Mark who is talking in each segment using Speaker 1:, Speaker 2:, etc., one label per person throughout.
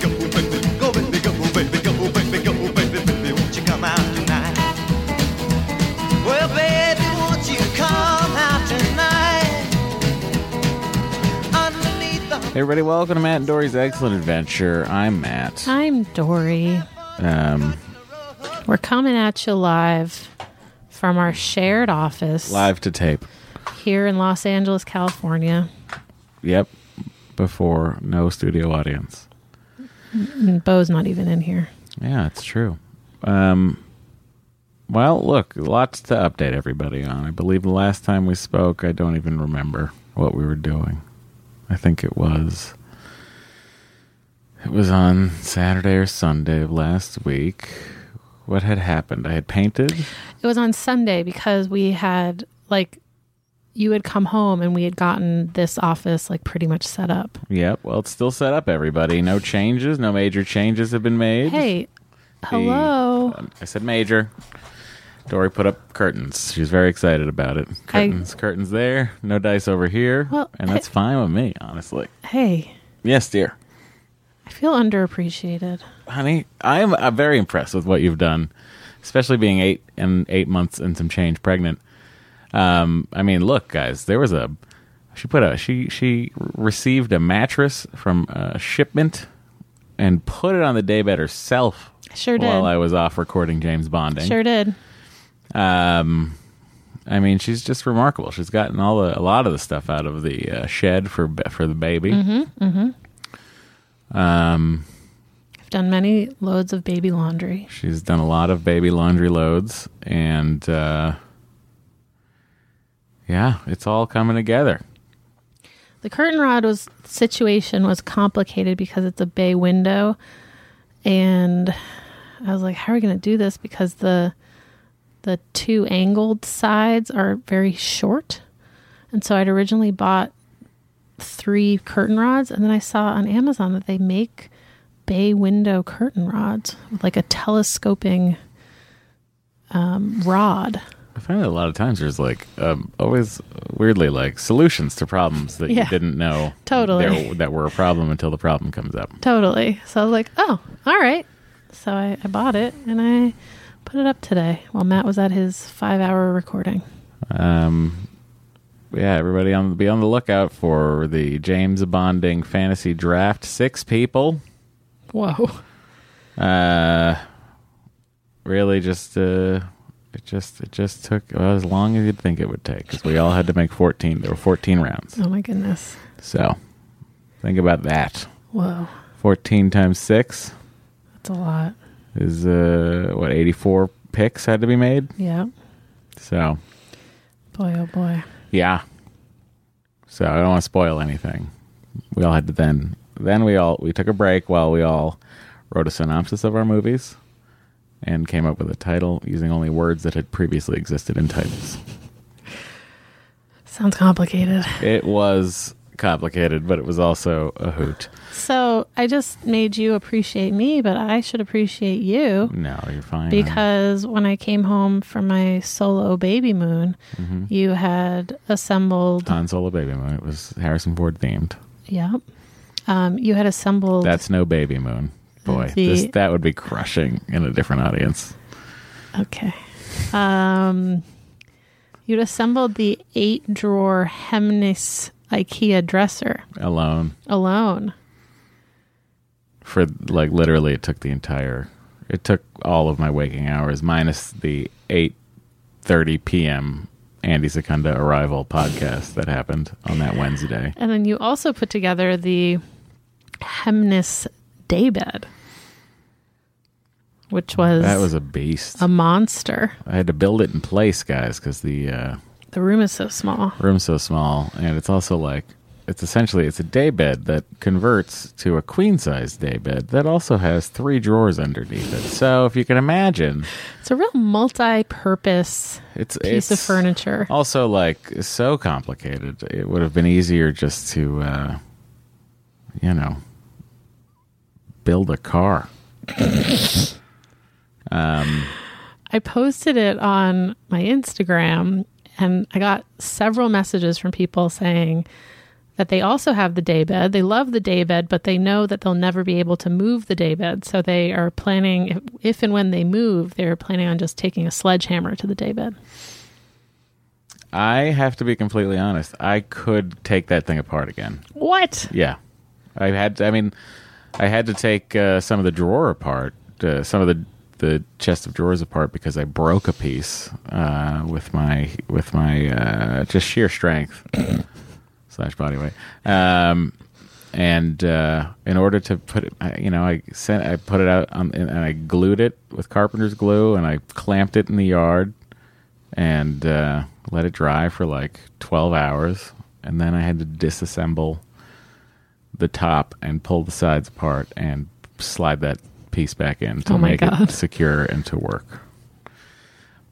Speaker 1: go baby, go baby, go baby, go baby, baby, won't you come out tonight? Well, baby, won't you come out tonight? Underneath the
Speaker 2: Hey everybody, welcome to Matt and Dory's Excellent Adventure. I'm Matt.
Speaker 3: I'm Dory.
Speaker 2: Um,
Speaker 3: We're coming at you live from our shared office
Speaker 2: live to tape.
Speaker 3: here in Los Angeles, California.
Speaker 2: Yep. Before no studio audience.
Speaker 3: And Bo's not even in here.
Speaker 2: Yeah, it's true. Um, well, look, lots to update everybody on. I believe the last time we spoke, I don't even remember what we were doing. I think it was it was on Saturday or Sunday of last week. What had happened? I had painted.
Speaker 3: It was on Sunday because we had like you had come home and we had gotten this office like pretty much set up.
Speaker 2: Yep. Well, it's still set up. Everybody, no changes, no major changes have been made.
Speaker 3: Hey, hello.
Speaker 2: Um, I said major. Dory put up curtains. She's very excited about it. Curtains, curtains there. No dice over here.
Speaker 3: Well,
Speaker 2: and that's
Speaker 3: I-
Speaker 2: fine with me, honestly.
Speaker 3: Hey,
Speaker 2: Yes, dear.
Speaker 3: I feel underappreciated.
Speaker 2: Honey, I am uh, very impressed with what you've done, especially being eight and eight months and some change pregnant. Um, I mean, look, guys, there was a she put a she she received a mattress from a shipment and put it on the daybed herself
Speaker 3: Sure did.
Speaker 2: while I was off recording James Bonding.
Speaker 3: Sure did.
Speaker 2: Um, I mean, she's just remarkable. She's gotten all the, a lot of the stuff out of the uh, shed for ba- for the baby.
Speaker 3: Mm-hmm.
Speaker 2: Um,
Speaker 3: I've done many loads of baby laundry.
Speaker 2: she's done a lot of baby laundry loads, and uh, yeah, it's all coming together.
Speaker 3: The curtain rod was situation was complicated because it's a bay window, and I was like, "How are we going to do this?" Because the the two angled sides are very short, and so I'd originally bought three curtain rods, and then I saw on Amazon that they make bay window curtain rods with like a telescoping um, rod.
Speaker 2: I find that a lot of times there's like um, always weirdly like solutions to problems that
Speaker 3: Yeah.
Speaker 2: you didn't know
Speaker 3: Totally.
Speaker 2: there- that were a problem until the problem comes up.
Speaker 3: Totally. So I was like, oh, all right. So I, I bought it and I put it up today while Matt was at his five hour recording.
Speaker 2: Um, yeah, everybody on be on the lookout for the James Bonding fantasy draft. Six people.
Speaker 3: Whoa.
Speaker 2: Uh, really, just uh, it just it just took well, as long as you'd think it would take because we all had to make fourteen. There were fourteen rounds,
Speaker 3: Oh my goodness.
Speaker 2: so think about that.
Speaker 3: Whoa.
Speaker 2: Fourteen times six
Speaker 3: That's a lot.
Speaker 2: is uh what eighty four picks had to be made.
Speaker 3: Yeah.
Speaker 2: So
Speaker 3: Boy, oh boy.
Speaker 2: yeah, so I don't want to spoil anything. We all had to then then we all we took a break while we all wrote a synopsis of our movies and came up with a title using only words that had previously existed in titles.
Speaker 3: Sounds complicated.
Speaker 2: It was complicated, but it was also a hoot.
Speaker 3: So I just made you appreciate me, but I should appreciate you.
Speaker 2: No, you're fine.
Speaker 3: because when I came home from my solo baby moon, you had assembled.
Speaker 2: Han Solo Baby Moon. It was Harrison Ford themed.
Speaker 3: yeah, um, you had assembled.
Speaker 2: That's no Baby Moon. Boy,
Speaker 3: The-
Speaker 2: this, that would be crushing in a different audience.
Speaker 3: okay. Um, you'd assembled the eight drawer Hemnes IKEA dresser
Speaker 2: Alone
Speaker 3: alone.
Speaker 2: for like literally, it took the entire. It took all of my waking hours minus the eight thirty p.m. Andy Secunda arrival podcast that happened on that Wednesday.
Speaker 3: And then you also put together the Hemnes daybed, which was,
Speaker 2: That was a beast.
Speaker 3: a monster.
Speaker 2: I had to build it in place, guys, because the. Uh,
Speaker 3: The room is so small.
Speaker 2: room so small and it's also like it's essentially it's a day bed that converts to a queen size day bed that also has three drawers underneath it so if you can imagine
Speaker 3: It's a real multi-purpose
Speaker 2: it's
Speaker 3: piece
Speaker 2: it's
Speaker 3: of furniture.
Speaker 2: also like so complicated it would have been easier just to uh you know build a car
Speaker 3: I posted it on my Instagram and I got several messages from people saying that they also have the daybed. They love the daybed, but they know that they'll never be able to move the daybed. So they are planning, if, if and when they move, they're planning on just taking a sledgehammer to the daybed.
Speaker 2: i have to be completely honest i could take that thing apart again
Speaker 3: What?
Speaker 2: Yeah, I had. I mean, I had to take uh, some of the drawer apart, uh, some of the the chest of drawers apart because I broke a piece uh, with my with my uh, just sheer strength slash body weight. Um, and uh, in order to put it, I- you know, I sent I put it out on, and I glued it with carpenter's glue, and I clamped it in the yard and uh, let it dry for like 12 hours. And then I had to disassemble the top and pull the sides apart and slide that piece back in to
Speaker 3: Oh my
Speaker 2: make
Speaker 3: God.
Speaker 2: it secure and to work.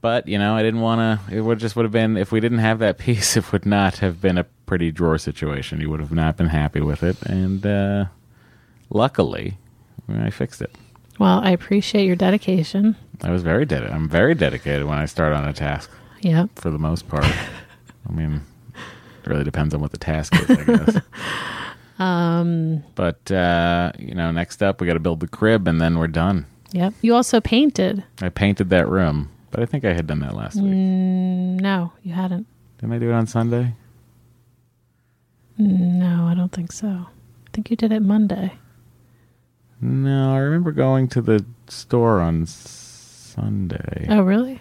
Speaker 2: But you know, I didn't want to. It would just would have been if we didn't have that piece. It would not have been a pretty drawer situation. You would have not been happy with it. And uh, luckily, I fixed it.
Speaker 3: Well, I appreciate your dedication.
Speaker 2: I was very dedicated. I'm very dedicated when I start on a task
Speaker 3: Yep.
Speaker 2: for the most part. I mean, it really depends on what the task is, I guess. um, but uh, you know, next up we got to build the crib, and then we're done.
Speaker 3: Yep. You also painted.
Speaker 2: I painted that room, but I think I had done that last week.
Speaker 3: Mm. No, you hadn't.
Speaker 2: Didn't I do it on Sunday?
Speaker 3: No, I don't think so. I think you did it Monday.
Speaker 2: No, I remember going to the store on Sunday.
Speaker 3: Oh, really?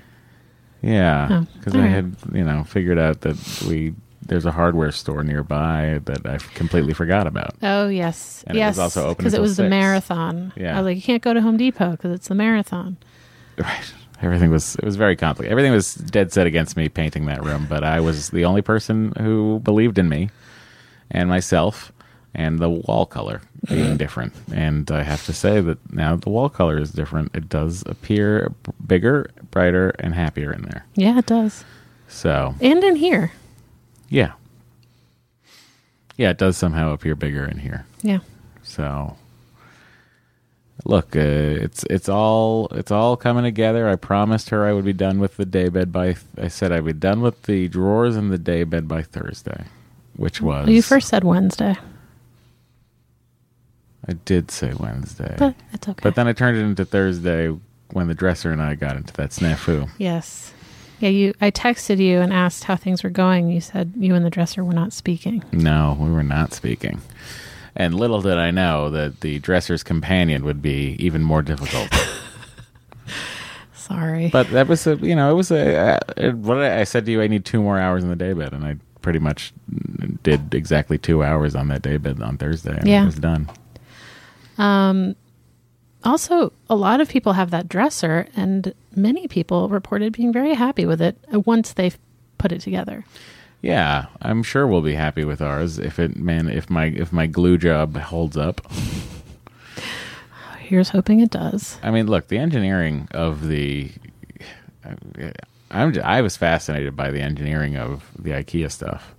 Speaker 2: Yeah,
Speaker 3: Oh,
Speaker 2: because I
Speaker 3: alright.
Speaker 2: had you know figured out that we there's a hardware store nearby that I completely forgot about.
Speaker 3: Oh yes,
Speaker 2: And it
Speaker 3: yes.
Speaker 2: was also open
Speaker 3: because it
Speaker 2: until
Speaker 3: was the
Speaker 2: six.
Speaker 3: marathon.
Speaker 2: Yeah.
Speaker 3: I was like, you can't go to Home Depot because it's the marathon.
Speaker 2: Right. Everything was it was very complicated. Everything was dead set against me painting that room, but I was the only person who believed in me and myself and the wall color being different. And I have to say that now the wall color is different. It does appear bigger, brighter, and happier in there.
Speaker 3: Yeah, it does.
Speaker 2: So
Speaker 3: And in here,
Speaker 2: yeah. Yeah, it does somehow appear bigger in here.
Speaker 3: Yeah.
Speaker 2: So look, uh, it's it's all it's all coming together. I promised her I would be done with the daybed by th- I said I'd be done with the drawers and the daybed by Thursday, which was
Speaker 3: You first said Wednesday,
Speaker 2: I did say Wednesday.
Speaker 3: but it's okay.
Speaker 2: But then I turned it into Thursday when the dresser and I got into that snafu.
Speaker 3: yes. Yeah, you I texted you and asked how things were going. You said you and the dresser were not speaking.
Speaker 2: No, we were not speaking. And little did I know that the dresser's companion would be even more difficult.
Speaker 3: Sorry.
Speaker 2: but that was a, you know, it was a. Uh, what did I, I said to you, I need two more hours in the daybed, and I pretty much did exactly two hours on that daybed on Thursday, and
Speaker 3: Yeah.
Speaker 2: it was done.
Speaker 3: also, a lot of people have that dresser and many people reported being very happy with it uh, once they've put it together.
Speaker 2: Yeah, I'm sure we'll be happy with ours if it man if my if my glue job holds up.
Speaker 3: Here's hoping it does.
Speaker 2: I mean, look, the engineering of the. uh, I'm j- I was fascinated by the engineering of the IKEA stuff.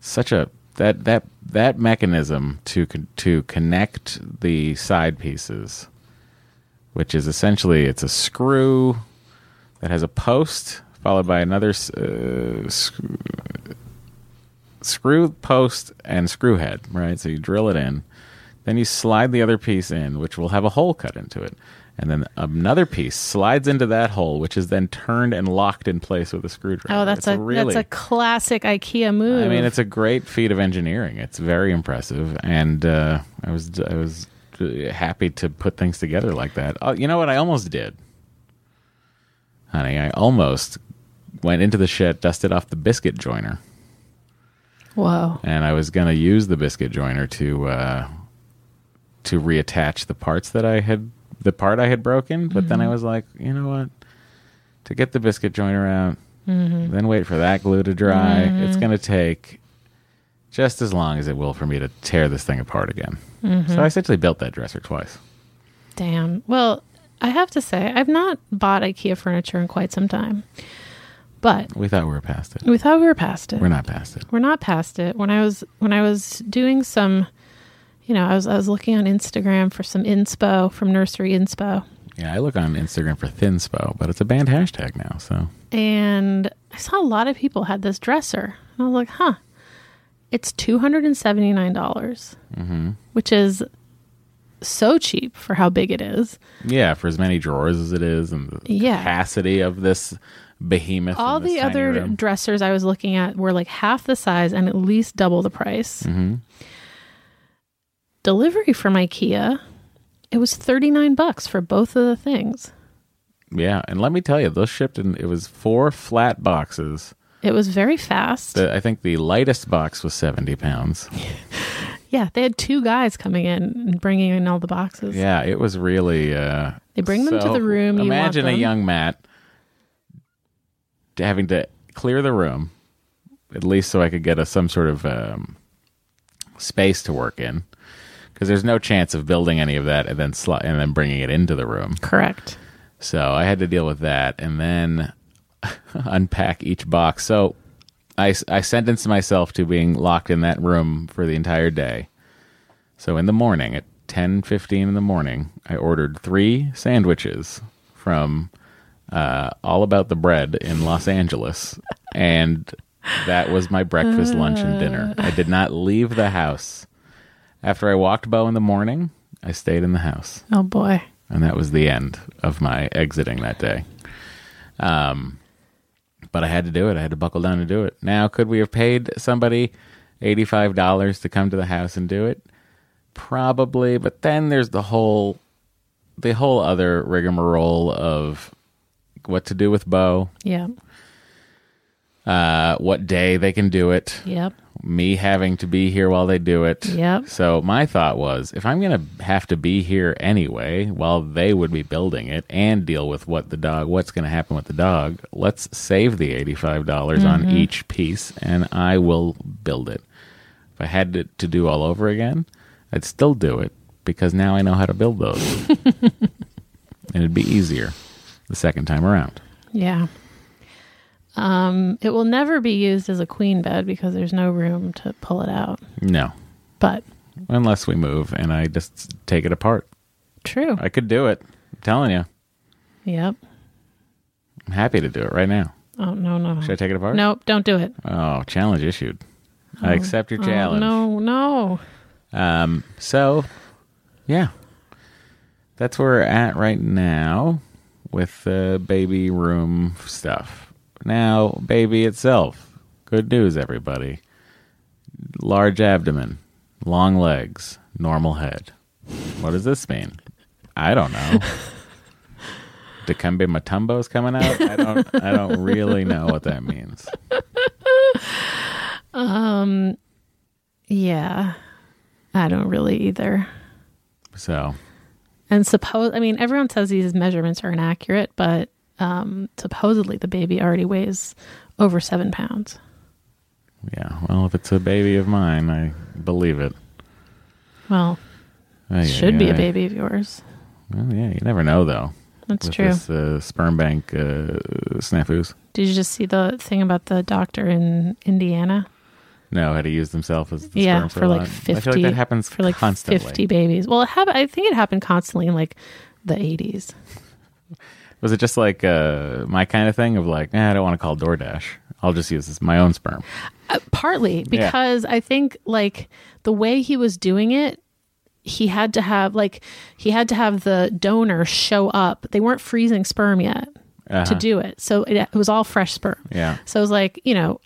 Speaker 2: Such a that that that mechanism to con- to connect the side pieces, which is essentially it's a screw that has a post followed by another s- uh, sc- screw post and screw head, right? So you drill it in. Then you slide the other piece in, which will have a hole cut into it. And then another piece slides into that hole, which is then turned and locked in place with a screwdriver.
Speaker 3: Oh, that's
Speaker 2: It's
Speaker 3: a that's a classic IKEA move.
Speaker 2: I mean, it's a great feat of engineering. It's very impressive, and uh, I was I was uh, happy to put things together like that. Oh, you know what? I almost did, honey. I almost went into the shed, dusted off the biscuit joiner,
Speaker 3: whoa.
Speaker 2: and I was gonna use the biscuit joiner to uh, to reattach the parts that I had the part I had broken. But then I was like, you know what? To get the biscuit joiner out, then wait for that glue to dry. It's gonna take just as long as it will for me to tear this thing apart again. So I essentially built that dresser twice.
Speaker 3: Damn. Well, I have to say, I've not bought IKEA furniture in quite some time. But
Speaker 2: We thought we were past it.
Speaker 3: we thought we were past it.
Speaker 2: We're not past it.
Speaker 3: We're not past it. When I was when I was doing some you know, I was I was looking on Instagram for some inspo from nursery inspo
Speaker 2: Yeah, I look on Instagram for Thinspo, but it's a banned hashtag now. So
Speaker 3: and I saw a lot of people had this dresser. And I was like, huh. It's two hundred and seventy nine dollars.
Speaker 2: Mm-hmm.
Speaker 3: Which is so cheap for how big it is.
Speaker 2: Yeah, for as many drawers as it is, and the
Speaker 3: Yeah.
Speaker 2: capacity of this behemoth.
Speaker 3: all
Speaker 2: in this
Speaker 3: the
Speaker 2: tiny
Speaker 3: other
Speaker 2: room.
Speaker 3: dressers I was looking at were like half the size and at least double the price.
Speaker 2: Mm-hmm.
Speaker 3: Delivery from IKEA, it was thirty nine bucks for both of the things.
Speaker 2: yeah, and let me tell you, those shipped in. It was four flat boxes.
Speaker 3: It was very fast.
Speaker 2: The, I think the lightest box was seventy pounds.
Speaker 3: yeah, they had two guys coming in and bringing in all the boxes.
Speaker 2: Yeah, it was really. Uh,
Speaker 3: They bring them to
Speaker 2: so
Speaker 3: the room, you want
Speaker 2: Imagine a
Speaker 3: them.
Speaker 2: young Matt having to clear the room, at least so I could get a some sort of um, space to work in, because there's no chance of building any of that and then sli- and then bringing it into the room.
Speaker 3: Correct.
Speaker 2: So I had to deal with that and then unpack each box. So I, I sentenced myself to being locked in that room for the entire day. So in the morning at 10:15 in the morning, I ordered 3 sandwiches from uh, All About the Bread in Los Angeles and that was my breakfast, lunch and dinner. I did not leave the house. After I walked Bo in the morning, I stayed in the house
Speaker 3: Oh boy.
Speaker 2: and that was the end of my exiting that day. Um, but I had to do it. I had to buckle down and do it. Now, could we have paid somebody eighty-five dollars to come to the house and do it? Probably, but then there's the whole, the whole other rigmarole of what to do with Bo,
Speaker 3: Yeah.
Speaker 2: uh, what day they can do it,
Speaker 3: Yep.
Speaker 2: me having to be here while they do it.
Speaker 3: Yep.
Speaker 2: So my thought was, if I'm going to have to be here anyway, while they would be building it and deal with what the dog, what's going to happen with the dog, let's save the eighty-five dollars on each piece, and I will build it. If I had to, to do all over again, I'd still do it because now I know how to build those, and it'd be easier the second time around.
Speaker 3: Yeah. Um, it will never be used as a queen bed because there's no room to pull it out.
Speaker 2: No,
Speaker 3: But
Speaker 2: unless we move and I just take it apart.
Speaker 3: true.
Speaker 2: I could do it. I'm telling you.
Speaker 3: Yep.
Speaker 2: I'm happy to do it right now.
Speaker 3: Oh no no.
Speaker 2: Should I take it apart?
Speaker 3: Nope. Don't do it.
Speaker 2: Oh, challenge issued. I accept your challenge.
Speaker 3: Oh, no no.
Speaker 2: Um, so, yeah, that's where we're at right now with the baby room stuff. Now, baby itself. Good news, everybody. Large abdomen, long legs, normal head. What does this mean? I don't know. Dikembe Matumbo's coming out. I don't. I don't really know what that means.
Speaker 3: Yeah. I don't really either.
Speaker 2: So
Speaker 3: And suppose I mean everyone says these measurements are inaccurate, but um, supposedly the baby already weighs over seven pounds.
Speaker 2: yeah. Well, if it's a baby of mine, I believe it.
Speaker 3: Well,
Speaker 2: Ay,
Speaker 3: it should
Speaker 2: ay,
Speaker 3: be a
Speaker 2: ay.
Speaker 3: baby of yours.
Speaker 2: Well, yeah, you never know though.
Speaker 3: That's
Speaker 2: with
Speaker 3: true.
Speaker 2: This, uh, sperm bank uh, snafus.
Speaker 3: Did you just see the thing about the doctor in Indiana?
Speaker 2: No, had he used himself as the
Speaker 3: yeah,
Speaker 2: sperm
Speaker 3: for,
Speaker 2: a
Speaker 3: like
Speaker 2: lot?
Speaker 3: fifty.
Speaker 2: I feel like that happens
Speaker 3: for like
Speaker 2: constantly.
Speaker 3: fifty babies. Well, it happened. I think it happened constantly in like the eighties.
Speaker 2: Was it just like uh, my kind of thing of like, eh, I don't want to call DoorDash. I'll just use this, my own sperm.
Speaker 3: Uh, Partly because I think like the way he was doing it, he had to have like he had to have the donor show up. They weren't freezing sperm yet to do it, so it, it was all fresh sperm.
Speaker 2: Uh-huh. Yeah.
Speaker 3: So it was like you know,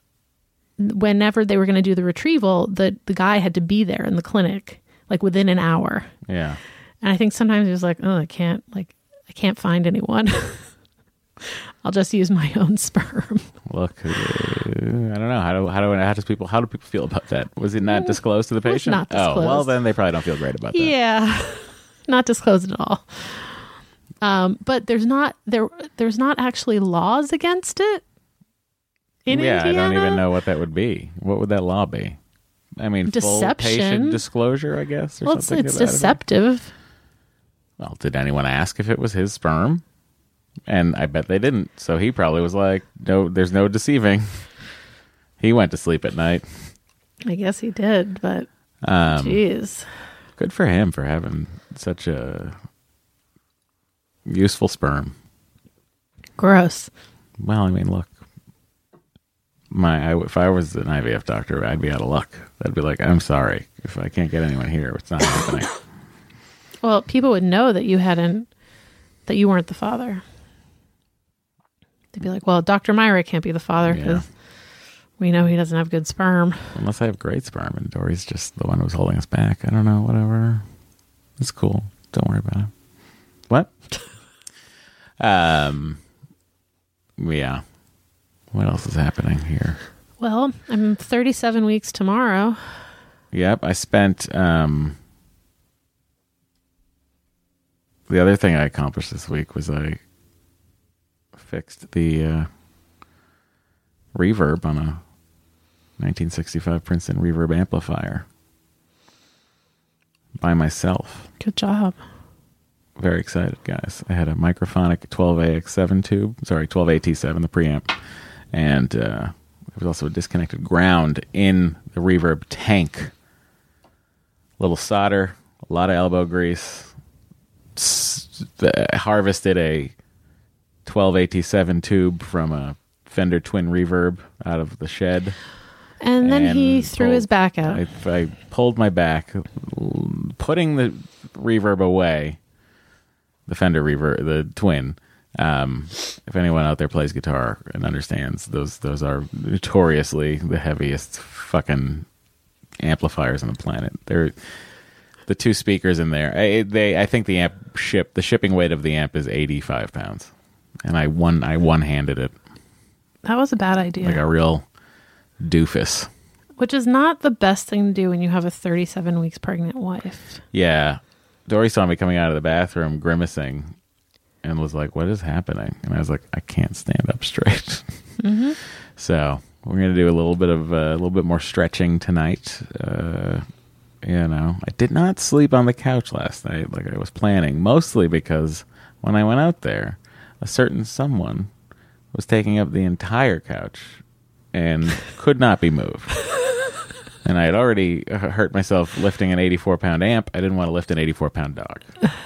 Speaker 3: whenever they were going to do the retrieval, the the guy had to be there in the clinic like within an hour.
Speaker 2: Yeah.
Speaker 3: And I think sometimes he was like, "Oh, I can't like I can't find anyone. I'll just use my own sperm."
Speaker 2: Look, uh, I don't know how do how do how does people how do people feel about that? Was it not disclosed to the
Speaker 3: Mm, was
Speaker 2: patient?
Speaker 3: not
Speaker 2: Oh well,
Speaker 3: disclosed.
Speaker 2: then they probably don't feel great about that.
Speaker 3: yeah. not disclosed at all. Um, but there's not there there's not actually laws against it. In
Speaker 2: yeah, I don't
Speaker 3: Indiana?
Speaker 2: even know what that would be. What would that law be? I mean, full patient
Speaker 3: Deception.
Speaker 2: disclosure, I guess. Or
Speaker 3: Well, it's
Speaker 2: something
Speaker 3: it's
Speaker 2: to that effect.
Speaker 3: deceptive.
Speaker 2: Well, did anyone ask if it was his sperm? And I bet they didn't. So he probably was like, "No, there's no deceiving." he went to sleep at night.
Speaker 3: I guess he did, but
Speaker 2: Um,
Speaker 3: jeez.
Speaker 2: good for him for having such a useful sperm.
Speaker 3: Gross.
Speaker 2: Well, I mean, look, my I, if I was an IVF doctor, I'd be out of luck. I'd be like, "I'm sorry if I can't get anyone here. It's not happening."
Speaker 3: Well, people would know that you hadn't that you weren't the father. They'd be like, "Well, Dr. Myra can't be the father
Speaker 2: Yeah.
Speaker 3: because we know he doesn't have good sperm."
Speaker 2: Unless I have great sperm and Dory's just the one who's holding us back. I don't know, whatever. It's cool. Don't worry about it. What? um Yeah. What else is happening here?
Speaker 3: Well, I'm 37 weeks tomorrow.
Speaker 2: Yep, I spent um The other thing I accomplished this week was I fixed the uh reverb on a 1965 Princeton reverb amplifier by myself.
Speaker 3: Good job.
Speaker 2: Very excited, guys. I had a microphonic 12AX7 tube, sorry, 12AT7, the preamp, and uh, there was also a disconnected ground in the reverb tank. Little solder, a lot of elbow grease. S- the- harvested a 12AT7 tube from a Fender Twin Reverb out of the shed.
Speaker 3: And then he
Speaker 2: and
Speaker 3: threw
Speaker 2: pulled-
Speaker 3: his back out.
Speaker 2: I, I pulled my back, putting the reverb away, the Fender reverb, the twin. Um, if anyone out there plays guitar and understands, those those are notoriously the heaviest fucking amplifiers on the planet. They're the two speakers in there. I, they, I think the amp ship, the shipping weight of the amp is eighty five pounds, and I one I one handed it
Speaker 3: that was a bad idea,
Speaker 2: like a real doofus.
Speaker 3: which is not the best thing to do when you have a 37 weeks pregnant wife.
Speaker 2: Yeah. Dory saw me coming out of the bathroom grimacing and was like, What is happening? And I was like, I can't stand up straight. So we're going to do a little bit of uh, a little bit more stretching tonight. Uh, you know, I did not sleep on the couch last night like I was planning, mostly because when I went out there, a certain someone was taking up the entire couch and could not be moved. and I had already uh, hurt myself lifting an 84 pound amp. I didn't want to lift an 84 pound dog.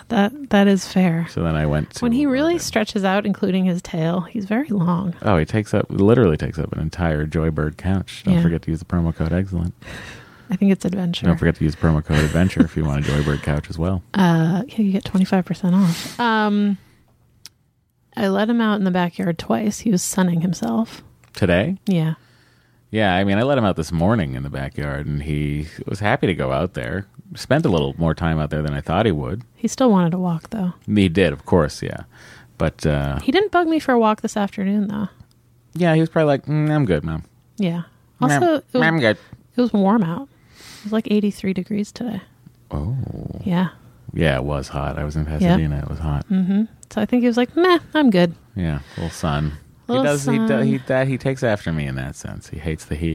Speaker 3: That that is fair.
Speaker 2: So then I went to.
Speaker 3: When he really stretches out, including his tail, he's very long.
Speaker 2: Oh, he takes up, literally takes up an entire Joybird couch. Don't
Speaker 3: Yeah.
Speaker 2: forget to use the promo code excellent.
Speaker 3: I think it's adventure.
Speaker 2: Don't forget to use promo code adventure if you want a Joybird couch as well.
Speaker 3: Uh, yeah, you get 25% off. Um, I let him out in the backyard twice. He was sunning himself.
Speaker 2: Today?
Speaker 3: Yeah.
Speaker 2: Yeah, I mean, I let him out this morning in the backyard, and he was happy to go out there. Spent a little more time out there than I thought he would.
Speaker 3: He still wanted to walk, though.
Speaker 2: He did, of course, yeah. But uh,
Speaker 3: He didn't bug me for a walk this afternoon, though.
Speaker 2: yeah, he was probably like, mm, "I'm good, mom.
Speaker 3: Yeah. Also, it
Speaker 2: Mom, I'm
Speaker 3: was,
Speaker 2: good."
Speaker 3: it was warm out. It was like 83 degrees today.
Speaker 2: Oh,
Speaker 3: Yeah.
Speaker 2: yeah, it was hot. I was in Pasadena. It was hot.
Speaker 3: Mm. Mm-hmm. So I think he was like, meh, I'm good.
Speaker 2: Yeah, little sun.
Speaker 3: Little
Speaker 2: he does. He, do,
Speaker 3: sun.
Speaker 2: he that he takes after me in that sense. He hates the heat.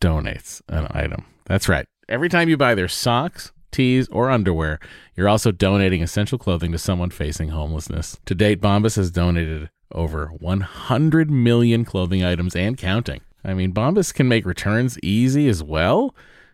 Speaker 2: donates an item. That's right. Every time you buy their socks, tees, or underwear, you're also donating essential clothing to someone facing homelessness. To date, Bombas has donated over 100 million clothing items and counting. I mean, Bombas can make returns easy as well.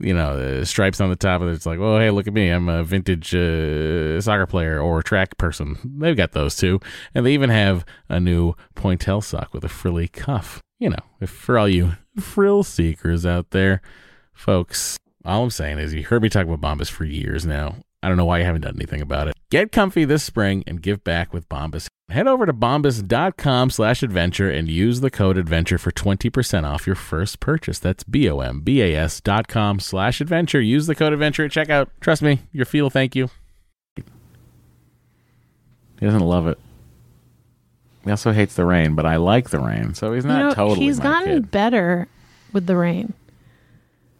Speaker 2: you know, the stripes on the top of it. It's like, oh, hey, look at me. I'm a vintage uh, soccer player or track person. They've got those too. And they even have a new pointel sock with a frilly cuff. You know, if for all you frill seekers out there, folks, all I'm saying is you heard me talk about Bombas for years now. I don't know why you haven't done anything about it. Get comfy this spring and give back with Bombas. Head over to bombas.com slash adventure and use the code adventure for 20% off your first purchase. That's B-O-M-B-A-S dot com slash adventure. Use the code adventure at checkout. Trust me, your feel thank you. He doesn't love it. He also hates the rain, but I like the rain, so he's not
Speaker 3: you know,
Speaker 2: totally
Speaker 3: he's
Speaker 2: my
Speaker 3: gotten
Speaker 2: kid.
Speaker 3: better with the rain.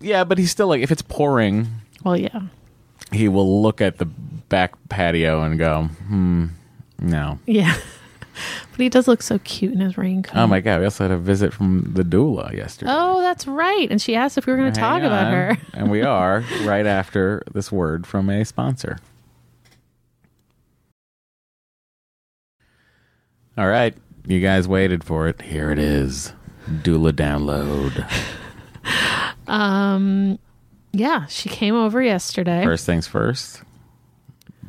Speaker 2: Yeah, but he's still like, if it's pouring,
Speaker 3: Well, yeah.
Speaker 2: he will look at the back patio and go, hmm, no.
Speaker 3: Yeah. but he does look so cute in his raincoat.
Speaker 2: Oh my God, we also had a visit from the doula yesterday.
Speaker 3: Oh, that's right. And she asked if we were going to talk
Speaker 2: Hang
Speaker 3: about
Speaker 2: on.
Speaker 3: her.
Speaker 2: and we are right after this word from a sponsor. All right, you guys waited for it. Here it is. Doula download.
Speaker 3: Um, yeah, she came over yesterday.
Speaker 2: First things first.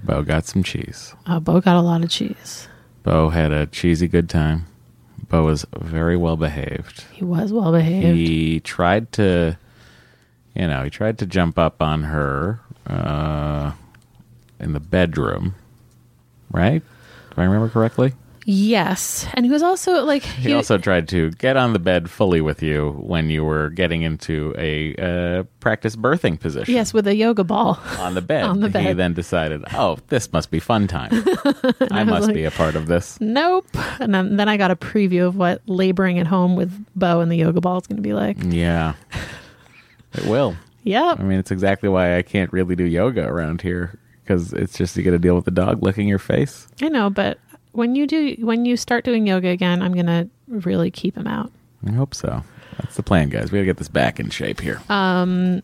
Speaker 2: Bo got some cheese.
Speaker 3: Uh, Bo got a lot of cheese.
Speaker 2: Bo had a cheesy good time. Bo was very well behaved.
Speaker 3: He was well behaved.
Speaker 2: He tried to, you know, he tried to jump up on her uh, in the bedroom, right? If I remember correctly,
Speaker 3: yes, and he was also like
Speaker 2: he, also tried to get on the bed fully with you when you were getting into a uh, practice birthing position.
Speaker 3: yes with a yoga ball.
Speaker 2: On the bed.
Speaker 3: On the
Speaker 2: He
Speaker 3: bed.
Speaker 2: then decided, oh, this must be fun time. I must
Speaker 3: like-
Speaker 2: be a part of this.
Speaker 3: Nope. And then, then I got a preview of what laboring at home with Bo and the yoga ball is going to be like.
Speaker 2: Mm. Yeah. It will.
Speaker 3: Yep.
Speaker 2: I mean, it's exactly why I can't really do yoga around here because it's just you got to deal with the dog licking your face.
Speaker 3: I know, but when you do, when you start doing yoga again, I'm going to really keep him out.
Speaker 2: I hope so. That's the plan, guys. We got to get this back in shape here.
Speaker 3: Uh,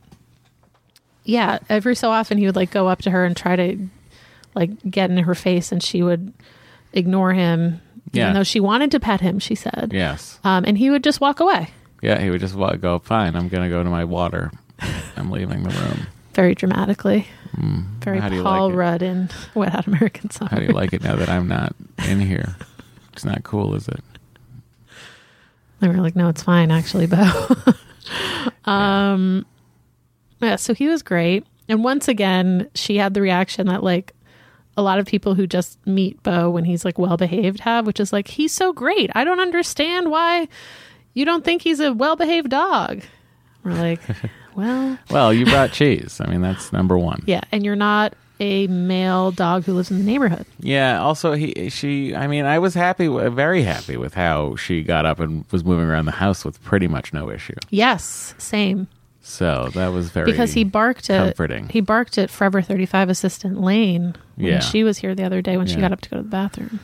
Speaker 3: Yeah. Every so often he would like go up to her and try to like get in her face and she would ignore him.
Speaker 2: Yeah.
Speaker 3: Even though she wanted to pet him, she said.
Speaker 2: yes.
Speaker 3: Um, and he would just walk away.
Speaker 2: Yeah, he would just wa- go, fine, I'm going to go to my water. I'm leaving the room.
Speaker 3: Very dramatically. Very
Speaker 2: Hmm. How do you
Speaker 3: Paul
Speaker 2: like it?
Speaker 3: Rudd in Wet Hot American Summer.
Speaker 2: How do you like it now that I'm not in here? It's not cool, is it?
Speaker 3: They were like, no, it's fine, actually, Bo. um, yeah. so he was great. And once again, she had the reaction that, like, a lot of people who just meet Bo when he's, like, well behaved have, which is like, he's so great. I don't understand why you don't think he's a well behaved dog. We're like, well,
Speaker 2: Well, you brought cheese. I mean, that's number one.
Speaker 3: yeah. And you're not a male dog who lives in the neighborhood.
Speaker 2: Yeah. Also, he, she. I mean, I was happy, w- very happy with how she got up and was moving around the house with pretty much no issue.
Speaker 3: Yes, same.
Speaker 2: So that was very
Speaker 3: because he barked at
Speaker 2: comforting.
Speaker 3: he barked at Forever 35 assistant Lane when
Speaker 2: Yeah.
Speaker 3: she was here the other day when she
Speaker 2: Yeah.
Speaker 3: got up to go to the bathroom.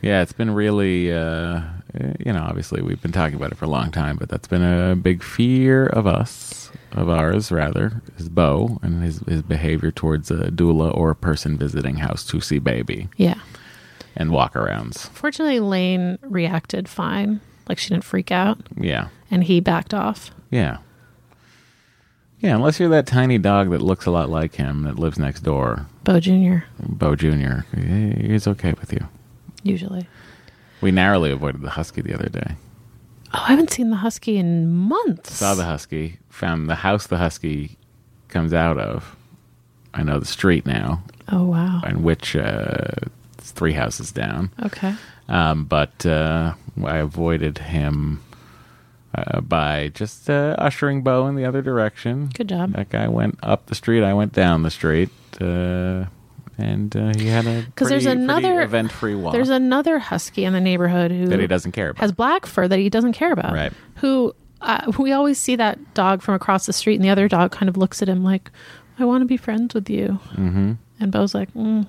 Speaker 2: Yeah, it's been really. Uh, eh, you know, obviously we've been talking about it for a long time, but that's been a big fear of us, of ours rather, is Bo and his his behavior towards a doula or a person visiting house to see baby
Speaker 3: Yeah.
Speaker 2: and walk arounds.
Speaker 3: Fortunately, Lane reacted fine. Like she didn't freak out
Speaker 2: Yeah.
Speaker 3: and he backed off.
Speaker 2: Yeah. Yeah, unless you're that tiny dog that looks a lot like him that lives next door,
Speaker 3: Bo Jr.
Speaker 2: Bo Jr. He's okay with you.
Speaker 3: usually.
Speaker 2: We narrowly avoided the husky the other day.
Speaker 3: Oh, I haven't seen the husky in months.
Speaker 2: Saw the husky, found the house the husky comes out of. I know the street now,
Speaker 3: oh wow.
Speaker 2: and which uh, it's three houses down.
Speaker 3: Okay.
Speaker 2: Um, but uh, I avoided him uh, by just uh, ushering Bo in the other direction.
Speaker 3: Good job.
Speaker 2: That guy went up the street. I went down the street, uh, and uh, he had a
Speaker 3: Because there's another
Speaker 2: event-free walk
Speaker 3: There's another husky in the neighborhood who
Speaker 2: that he doesn't care about.
Speaker 3: has black fur that he doesn't care about.
Speaker 2: Right.
Speaker 3: Who uh, we always see that dog from across the street, and the other dog kind of looks at him like, "I want to be friends with you." Mm-hmm. And Bo's like, mm.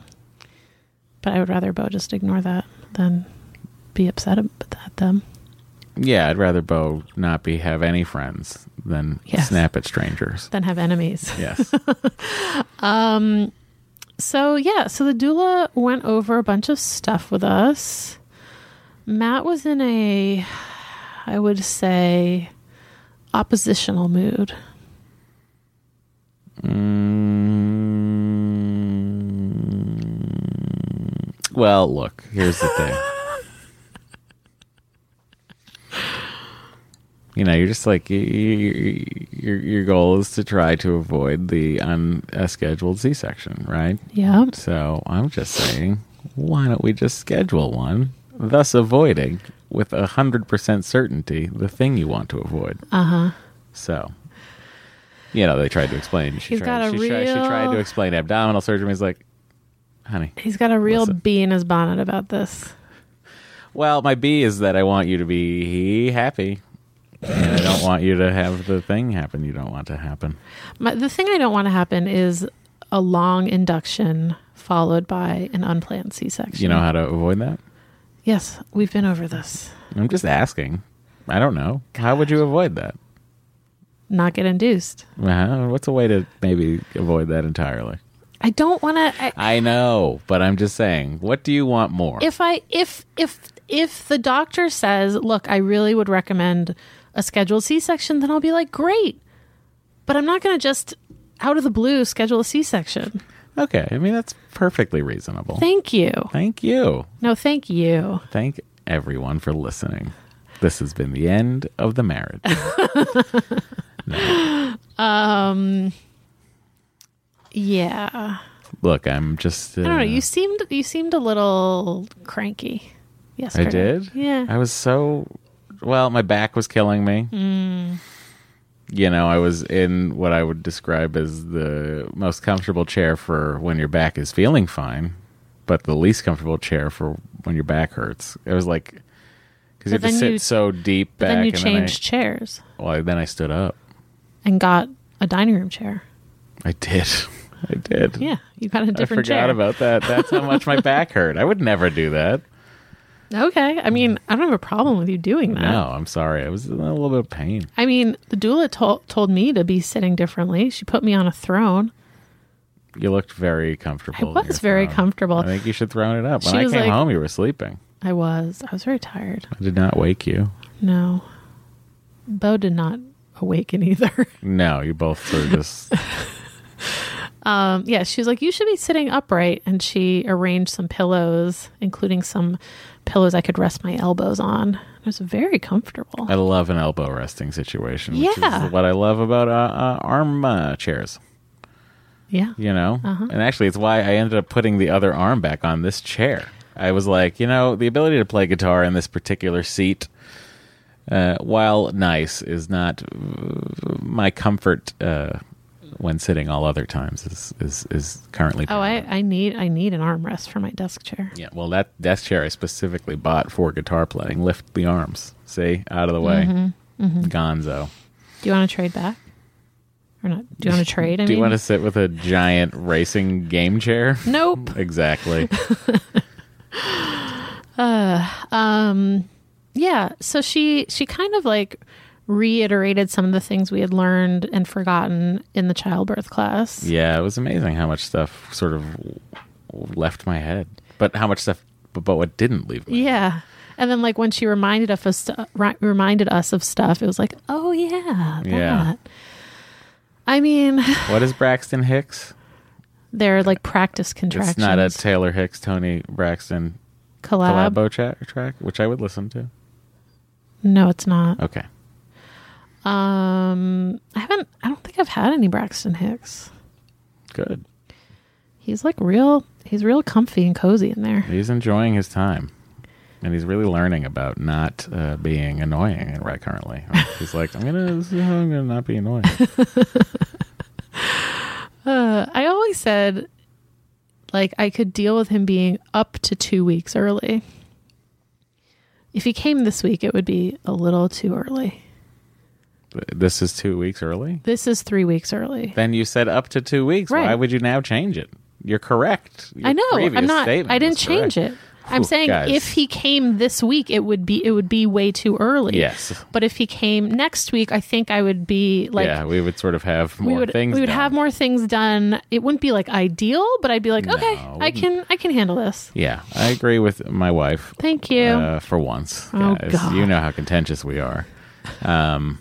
Speaker 3: "But I would rather Bo just ignore that than be upset ab- at them."
Speaker 2: yeah, I'd rather Bo not be have any friends than
Speaker 3: Yes.
Speaker 2: snap at strangers.
Speaker 3: Than have enemies.
Speaker 2: Yes.
Speaker 3: So yeah, so the doula went over a bunch of stuff with us. Matt was in a, I would say, oppositional mood.
Speaker 2: Mm. Well, look, here's the thing. you know, you're just like you, you, your your goal is to try to avoid the unscheduled C-section, right?
Speaker 3: Yeah.
Speaker 2: So I'm just saying, why don't we just schedule one, thus avoiding with a hundred percent certainty the thing you want to avoid. Uh huh.
Speaker 3: Uh-huh.
Speaker 2: So, you know, they tried to explain. She
Speaker 3: He's
Speaker 2: tried.
Speaker 3: got a
Speaker 2: she, tried, she tried to
Speaker 3: real-
Speaker 2: explain abdominal surgery. He's like, honey.
Speaker 3: He's got a real
Speaker 2: Listen.
Speaker 3: bee in his bonnet about this.
Speaker 2: Well, my B is that I want you to be happy. And I don't want you to have the thing happen you don't want to happen.
Speaker 3: My, the thing I don't want to happen is a long induction followed by an unplanned C-section.
Speaker 2: You know how to avoid that?
Speaker 3: Yes, we've been over this.
Speaker 2: I'm just asking. I don't know. How would you avoid that?
Speaker 3: Not get induced.
Speaker 2: Well, What's a way to maybe avoid that entirely?
Speaker 3: I don't want to. I,
Speaker 2: I know, but I'm just saying, what do you want more?
Speaker 3: if I if if if the doctor says, "Look, I really would recommend a scheduled C-section," then I'll be like, "Great." But I'm not going to just out of the blue schedule a C-section.
Speaker 2: Okay. I mean, that's perfectly reasonable.
Speaker 3: Thank you.
Speaker 2: Thank you.
Speaker 3: No, thank you.
Speaker 2: Thank everyone for listening. This has been the end of the marriage.
Speaker 3: Yeah.
Speaker 2: Look, I'm just. Uh,
Speaker 3: I don't know. You seemed you seemed a little cranky. Yes,
Speaker 2: I did.
Speaker 3: Yeah.
Speaker 2: I was so well. My back was killing me.
Speaker 3: Mm.
Speaker 2: You know, I was in what I would describe as the most comfortable chair for when your back is feeling fine, but the least comfortable chair for when your back hurts. It was like because you have
Speaker 3: But
Speaker 2: to
Speaker 3: then
Speaker 2: sit
Speaker 3: you-
Speaker 2: so deep back.
Speaker 3: then you
Speaker 2: and
Speaker 3: changed chairs
Speaker 2: Then I, well, then I stood up.
Speaker 3: and got a dining room chair.
Speaker 2: I did. I did.
Speaker 3: Yeah, you got a
Speaker 2: I
Speaker 3: different
Speaker 2: forgot
Speaker 3: chair.
Speaker 2: about that. That's how much my back hurt. I would never do that.
Speaker 3: Okay. I mean, I don't have a problem with you doing that.
Speaker 2: No, I'm sorry. I was in a little bit of pain.
Speaker 3: I mean, the doula told told me to be sitting differently. She put me on a throne.
Speaker 2: You looked very comfortable.
Speaker 3: I
Speaker 2: in your
Speaker 3: was very
Speaker 2: throne.
Speaker 3: comfortable.
Speaker 2: I think you should throw it up. When
Speaker 3: She
Speaker 2: I
Speaker 3: was
Speaker 2: came
Speaker 3: like-
Speaker 2: home, you were sleeping.
Speaker 3: I was. I was very tired.
Speaker 2: I did not wake you.
Speaker 3: No. Bo did not awaken either.
Speaker 2: No, you both were just.
Speaker 3: Um, yeah, she was like, You should be sitting upright. And she arranged some pillows, including some pillows I could rest my elbows on. It was very comfortable.
Speaker 2: I love an elbow resting situation, which
Speaker 3: Yeah.
Speaker 2: is what I love about uh, uh, arm uh, chairs.
Speaker 3: yeah.
Speaker 2: You know,
Speaker 3: Uh-huh.
Speaker 2: and actually, it's why I ended up putting the other arm back on this chair. I was like, you know, the ability to play guitar in this particular seat, uh, while nice, is not uh, my comfort uh, when sitting. All other times is is is currently.
Speaker 3: Oh, I, I need I need an armrest for my desk chair.
Speaker 2: Yeah, well, that desk chair I specifically bought for guitar playing. Lift the arms. See, out of the way. Gonzo.
Speaker 3: Do you want to trade back? Or not? Do you want to trade? I
Speaker 2: Do you
Speaker 3: mean?
Speaker 2: want to sit with a giant racing game chair? Hmm.
Speaker 3: Nope.
Speaker 2: exactly.
Speaker 3: Yeah. So she she kind of like reiterated some of the things we had learned and forgotten in the childbirth class.
Speaker 2: yeah, it was amazing how much stuff sort of left my head, but how much stuff, but, but what didn't leave me.
Speaker 3: Yeah. And then like when she reminded us of stu- ri- reminded us of stuff, it was like, "Oh yeah, that."
Speaker 2: Yeah.
Speaker 3: I mean,
Speaker 2: What is Braxton Hicks?
Speaker 3: they're like practice contractions.
Speaker 2: It's not a Taylor Hicks, Tony Braxton
Speaker 3: collab.
Speaker 2: collabo track, track, which I would listen to.
Speaker 3: No, it's not.
Speaker 2: Okay.
Speaker 3: Um, I haven't I don't think I've had any Braxton Hicks.
Speaker 2: Good.
Speaker 3: He's like real he's real comfy and cozy in there.
Speaker 2: He's enjoying his time, and he's really learning about not uh, being annoying right currently. He's like, I'm gonna, this is how I'm gonna not be annoying.
Speaker 3: I always said, like, I could deal with him being up to two weeks early. If he came this week, it would be a little too early.
Speaker 2: this is two weeks early.
Speaker 3: This is three weeks early.
Speaker 2: Then you said up to two weeks. Why
Speaker 3: Right.
Speaker 2: would you now change it? You're correct. Your
Speaker 3: I know.
Speaker 2: previous
Speaker 3: I'm not.
Speaker 2: statement
Speaker 3: I didn't
Speaker 2: was
Speaker 3: change
Speaker 2: correct.
Speaker 3: it. I'm
Speaker 2: Whew,
Speaker 3: saying
Speaker 2: guys.
Speaker 3: if he came this week, it would be it would be way too early.
Speaker 2: Yes.
Speaker 3: But if he came next week, I think I would be like
Speaker 2: yeah, we would sort of have more
Speaker 3: we would
Speaker 2: things.
Speaker 3: we would
Speaker 2: done.
Speaker 3: have more things done. It wouldn't be like ideal, but I'd be like, okay, I can I can handle this.
Speaker 2: Yeah, I agree with my wife.
Speaker 3: Thank you.
Speaker 2: Uh, for once,
Speaker 3: Oh,
Speaker 2: guys,
Speaker 3: God.
Speaker 2: you know how contentious we are. Um,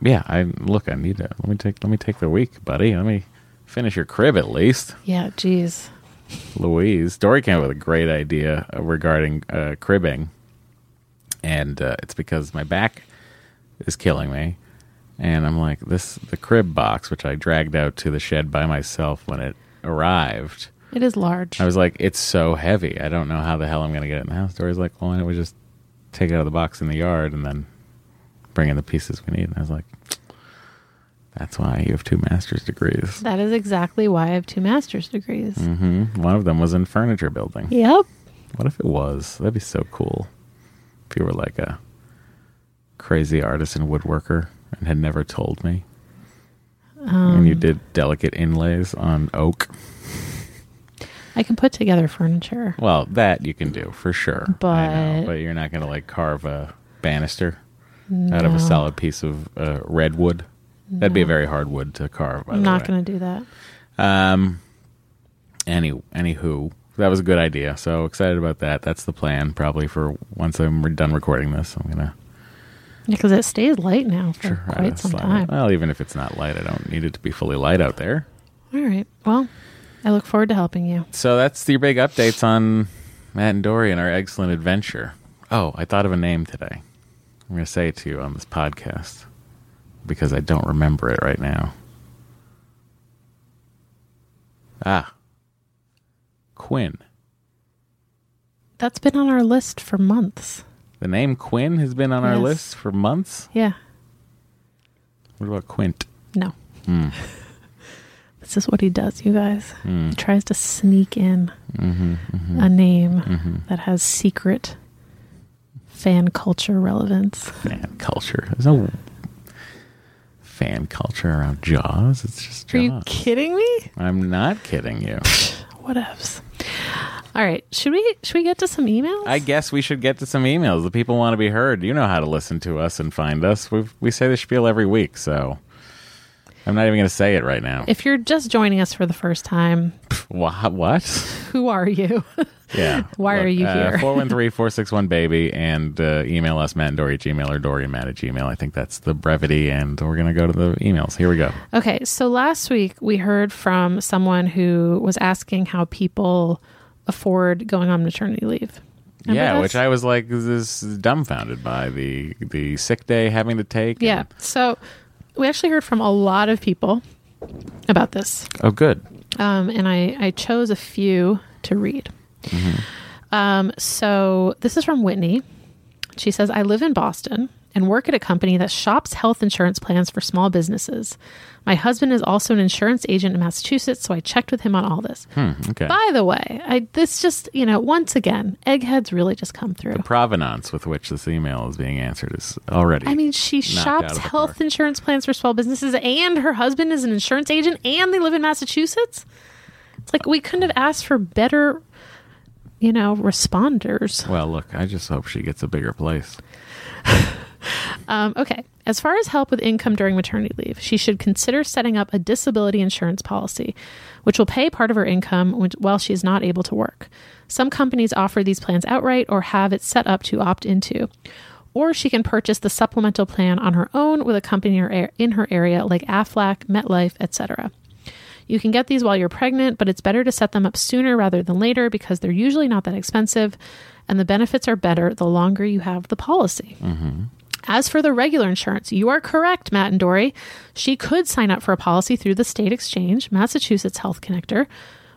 Speaker 2: yeah, I look. I need to let me take let me take the week, buddy. Let me finish your crib at least.
Speaker 3: yeah. Jeez.
Speaker 2: Louise. Dory came up with a great idea uh, regarding uh, cribbing, and uh, it's because my back is killing me, and I'm like this the crib box which I dragged out to the shed by myself when it arrived.
Speaker 3: It is large.
Speaker 2: I was like, it's so heavy. I don't know how the hell I'm going to get it in the house. Dory's like, well, why don't we just take it out of the box in the yard and then bring in the pieces we need? And I was like. That's why you have two master's degrees.
Speaker 3: That is exactly why I have two master's degrees.
Speaker 2: Mm. One of them was in furniture building.
Speaker 3: Yep.
Speaker 2: What if it was? That'd be so cool. If you were like a crazy artist and woodworker and had never told me. and you did delicate inlays on oak.
Speaker 3: I can put together furniture.
Speaker 2: Well, that you can do for sure. I know,
Speaker 3: But-
Speaker 2: but you're not going to like carve a banister out of
Speaker 3: No.
Speaker 2: a solid piece of uh, redwood. That'd be a very hard wood to carve. By
Speaker 3: I'm
Speaker 2: the
Speaker 3: not
Speaker 2: way.
Speaker 3: going to do that.
Speaker 2: Um. Any anywho, that was a good idea. So excited about that. That's the plan. Probably for once I'm re- done recording this, I'm gonna
Speaker 3: because it stays light now for
Speaker 2: Sure, I
Speaker 3: quite
Speaker 2: just
Speaker 3: some
Speaker 2: slide it.
Speaker 3: time.
Speaker 2: Well, even if it's not light, I don't need it to be fully light out there.
Speaker 3: All right. Well, I look forward to helping you.
Speaker 2: So that's your big updates on Matt and Dory and our excellent adventure. Oh, I thought of a name today. I'm going to say it to you on this podcast because I don't remember it right now. Ah, Quinn.
Speaker 3: That's been on our list for months.
Speaker 2: The name Quinn has been on our
Speaker 3: Yes.
Speaker 2: list for months.
Speaker 3: Yeah.
Speaker 2: What about Quint?
Speaker 3: No. This is what he does, you guys. He tries to sneak in a name that has secret fan culture relevance.
Speaker 2: Fan culture. There's no fan culture around Jaws. It's just
Speaker 3: Are you
Speaker 2: Jaws.
Speaker 3: kidding me?
Speaker 2: I'm not kidding you.
Speaker 3: Whatevs. All right. Should we should we get to some emails?
Speaker 2: I guess we should get to some emails. The people want to be heard. You know how to listen to us and find us. We we say the spiel every week, so I'm not even going to say it right now.
Speaker 3: if you're just joining us for the first time,
Speaker 2: Wha- what?
Speaker 3: who are you?
Speaker 2: Yeah.
Speaker 3: Why are you here?
Speaker 2: Four one three four six one baby, and uh, email us Matt and Dory at Gmail or Dory and Matt at Gmail. I think that's the brevity, and we're going to go to the emails. Here we go.
Speaker 3: Okay, so last week we heard from someone who was asking how people afford going on maternity leave. Remember
Speaker 2: yeah,
Speaker 3: this?
Speaker 2: which I was like this dumbfounded by the the sick day having to take. and-
Speaker 3: yeah. So we actually heard from a lot of people about this,
Speaker 2: oh, good.
Speaker 3: um, and I I chose a few to read.
Speaker 2: Mm-hmm.
Speaker 3: Um, so this is from Whitney. She says, I live in Boston and work at a company that shops health insurance plans for small businesses. My husband is also an insurance agent in Massachusetts, so I checked with him on all this.
Speaker 2: Okay.
Speaker 3: By the way, I this just you know once again, eggheads really just come through.
Speaker 2: The provenance with which this email is being answered is already.
Speaker 3: I mean, she
Speaker 2: out of
Speaker 3: shops
Speaker 2: the
Speaker 3: health
Speaker 2: park.
Speaker 3: insurance plans for small businesses, and her husband is an insurance agent, and they live in Massachusetts. It's like we couldn't have asked for better, you know, responders.
Speaker 2: Well, look, I just hope she gets a bigger place.
Speaker 3: Um, okay. As far as help with income during maternity leave, she should consider setting up a disability insurance policy, which will pay part of her income which, while she is not able to work. Some companies offer these plans outright or have it set up to opt into. Or she can purchase the supplemental plan on her own with a company in her ar- in her area like AFLAC, MetLife, etc. You can get these while you're pregnant, but it's better to set them up sooner rather than later because they're usually not that expensive and the benefits are better the longer you have the policy. As for the regular insurance, you are correct, Matt and Dory. She could sign up for a policy through the state exchange, Massachusetts Health Connector,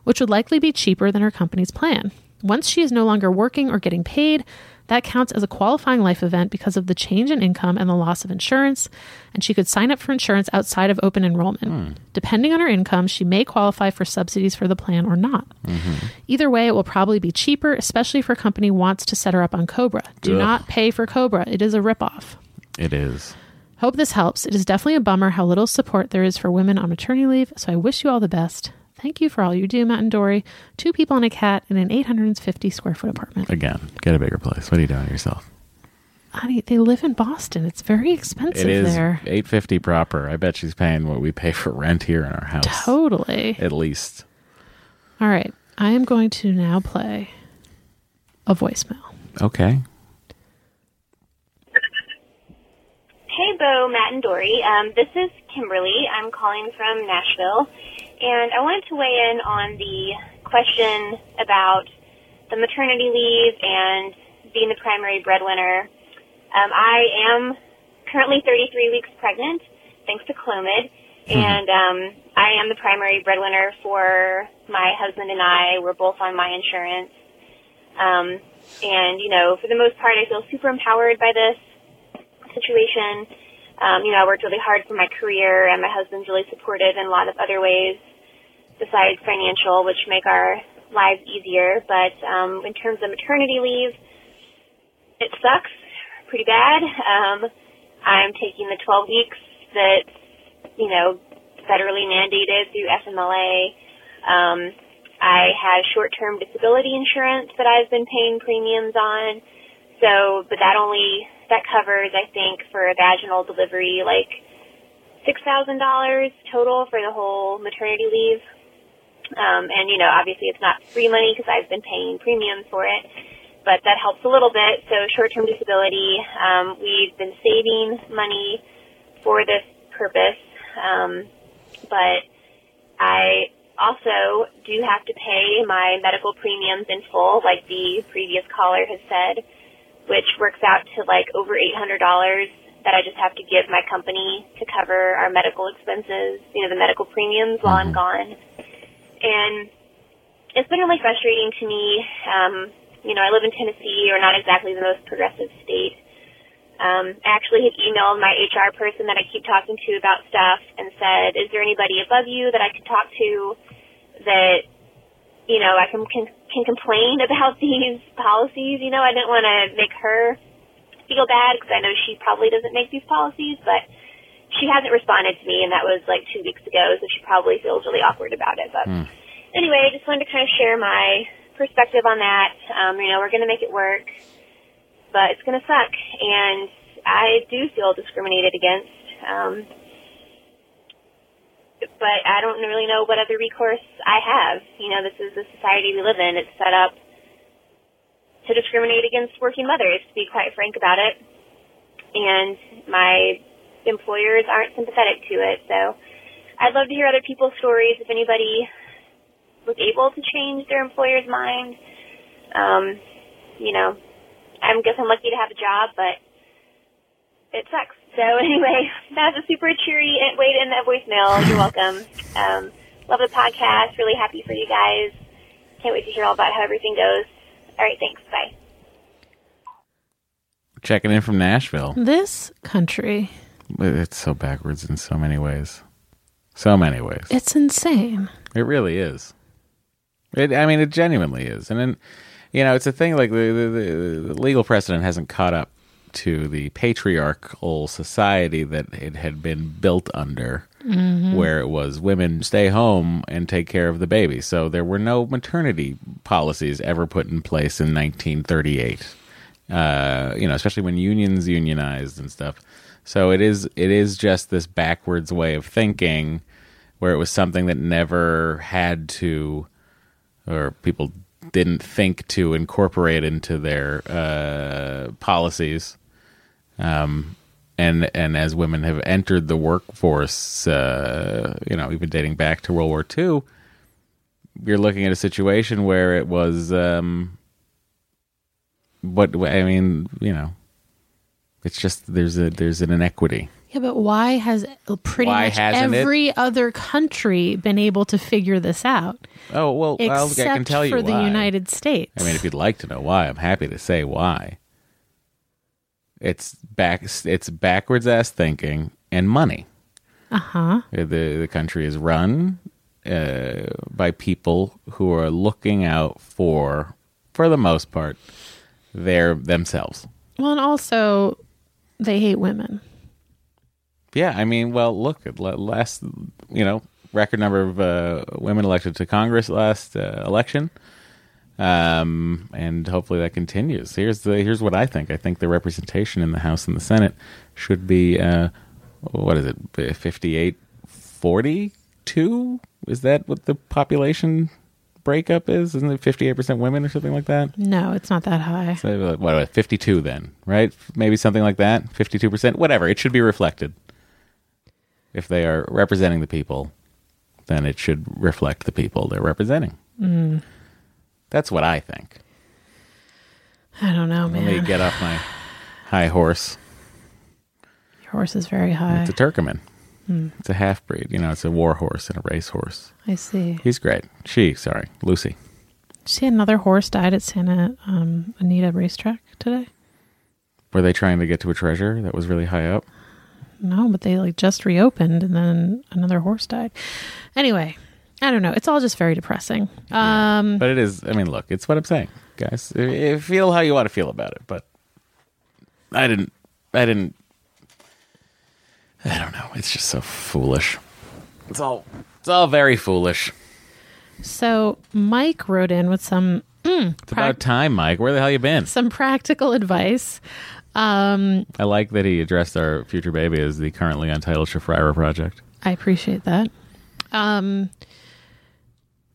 Speaker 3: which would likely be cheaper than her company's plan. Once she is no longer working or getting paid, that counts as a qualifying life event because of the change in income and the loss of insurance, and she could sign up for insurance outside of open enrollment. Depending on her income, she may qualify for subsidies for the plan or not. Either way, it will probably be cheaper, especially if her company wants to set her up on Cobra. Do
Speaker 2: Ugh.
Speaker 3: not pay for Cobra, it is a ripoff.
Speaker 2: It is.
Speaker 3: Hope this helps. It is definitely a bummer how little support there is for women on maternity leave, so I wish you all the best. Thank you for all you do, Matt and Dory. Two people and a cat in an 850 square foot apartment.
Speaker 2: Again, get a bigger place. What are you doing to yourself?
Speaker 3: Honey, they live in Boston. It's very expensive
Speaker 2: It is
Speaker 3: there.
Speaker 2: 850 proper. I bet she's paying what we pay for rent here in our house.
Speaker 3: Totally.
Speaker 2: At least.
Speaker 3: All right. I am going to now play a voicemail.
Speaker 2: Okay.
Speaker 4: Hey, Bo, Matt, and Dory. Um, this is Kimberly. I'm calling from Nashville, and I wanted to weigh in on the question about the maternity leave and being the primary breadwinner. Um, I am currently 33 weeks pregnant, thanks to Clomid, and um, I am the primary breadwinner for my husband and I. We're both on my insurance. Um, and, you know, for the most part, I feel super empowered by this situation. Um, you know, I worked really hard for my career, and my husband's really supportive in a lot of other ways besides financial, which make our lives easier. But um, in terms of maternity leave, it sucks pretty bad. Um, I'm taking the 12 weeks that, you know, federally mandated through FMLA. Um, I have short-term disability insurance that I've been paying premiums on. So, but that only, that covers, I think, for a vaginal delivery, like $6,000 total for the whole maternity leave. Um, and, you know, obviously it's not free money because I've been paying premiums for it. but that helps a little bit. So short-term disability, um, we've been saving money for this purpose, um, but I also do have to pay my medical premiums in full, like the previous caller has said, which works out to like over $800 that I just have to give my company to cover our medical expenses, you know, the medical premiums while I'm gone. And it's been really frustrating to me. Um, you know, I live in Tennessee, or not exactly the most progressive state. Um, I actually had emailed my HR person that I keep talking to about stuff and said, "Is there anybody above you that I could talk to that you know I can can, can complain about these policies?" You know, I didn't want to make her feel bad because I know she probably doesn't make these policies, but she hasn't responded to me, and that was like two weeks ago, so she probably feels really awkward about it. But anyway, I just wanted to kind of share my perspective on that. Um, you know, we're going to make it work, but it's going to suck, and I do feel discriminated against. Um, but I don't really know what other recourse I have. You know, this is the society we live in. It's set up to discriminate against working mothers, to be quite frank about it. And my employers aren't sympathetic to it. So I'd love to hear other people's stories if anybody was able to change their employer's mind. Um, you know, I guess I'm lucky to have a job, but it sucks. So anyway, that's a super cheery way to end that voicemail. You're welcome. Um, love the podcast. Really happy for you guys. Can't wait to hear all about how everything goes. All right, thanks. Bye.
Speaker 2: Checking in from Nashville.
Speaker 3: This country,
Speaker 2: It's so backwards in so many ways. So many ways.
Speaker 3: it's insane.
Speaker 2: It really is. It, I mean, it genuinely is, and then you know, it's a thing like the, the, the, the legal precedent hasn't caught up to the patriarchal society that it had been built under, where it was women stay home and take care of the baby. So there were no maternity policies ever put in place in 1938 uh, you know, especially when unions unionized and stuff. So it is it is just this backwards way of thinking where it was something that never had to or people didn't think to incorporate into their uh, policies. Um, and and as women have entered the workforce, uh, you know, even dating back to World War II, you're looking at a situation where it was um, what I mean, you know, it's just there's a there's an inequity.
Speaker 3: Yeah, but why has pretty
Speaker 2: Why
Speaker 3: much
Speaker 2: hasn't it?
Speaker 3: every other country been able to figure this out,
Speaker 2: Oh well, I'll-
Speaker 3: except
Speaker 2: I can tell you
Speaker 3: for
Speaker 2: why.
Speaker 3: the United States?
Speaker 2: I mean, if you'd like to know why, I'm happy to say why. It's back. It's backwards ass thinking and money.
Speaker 3: uh huh.
Speaker 2: Uh, The the country is run uh, by people who are looking out for, for the most part, their themselves.
Speaker 3: Well, and also they hate women.
Speaker 2: Yeah, I mean, well, look at la- last, you know, record number of uh, women elected to Congress last uh, election, um, and hopefully that continues. Here's the here's what I think. I think the representation in the House and the Senate should be uh, what is it, fifty eight forty two? Is that what the population breakup is? Isn't it fifty eight percent women or something like that?
Speaker 3: No, it's not that high.
Speaker 2: So, uh, what, what, 52 then, right? Maybe something like that. 52%, whatever. It should be reflected. If they are representing the people, then it should reflect the people they're representing. That's what I think.
Speaker 3: I don't know,
Speaker 2: Let
Speaker 3: man.
Speaker 2: me get off my high horse.
Speaker 3: Your horse is very high.
Speaker 2: It's a Turkoman. It's a half breed. You know, it's a war horse and a race horse.
Speaker 3: I see.
Speaker 2: He's great. She, sorry, Lucy.
Speaker 3: See, another horse died at Santa um, Anita racetrack today.
Speaker 2: Were they trying to get to a treasure that was really high up?
Speaker 3: No, but they like just reopened and then another horse died. Anyway, I don't know. It's all just very depressing. Um,
Speaker 2: But it is. I mean, look, it's what I'm saying, guys. I- I Feel how you want to feel about it. But I didn't. I didn't. I don't know. It's just so foolish. It's all. It's all very foolish.
Speaker 3: so Mike wrote in with some mm,
Speaker 2: It's about time, Mike. Where the hell you been?
Speaker 3: some practical advice. Um,
Speaker 2: I like that he addressed our future baby as the currently untitled Shafrira project.
Speaker 3: I appreciate that. Um,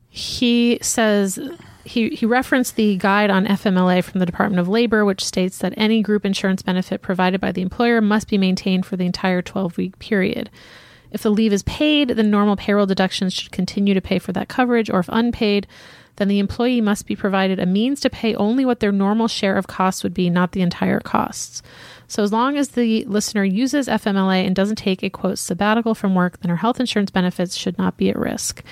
Speaker 3: he says he, he referenced the guide on FMLA from the Department of Labor, which states that any group insurance benefit provided by the employer must be maintained for the entire 12 week period. If the leave is paid, then normal payroll deductions should continue to pay for that coverage, or if unpaid, then the employee must be provided a means to pay only what their normal share of costs would be, not the entire costs. So, as long as the listener uses FMLA and doesn't take a quote sabbatical from work, then her health insurance benefits should not be at risk.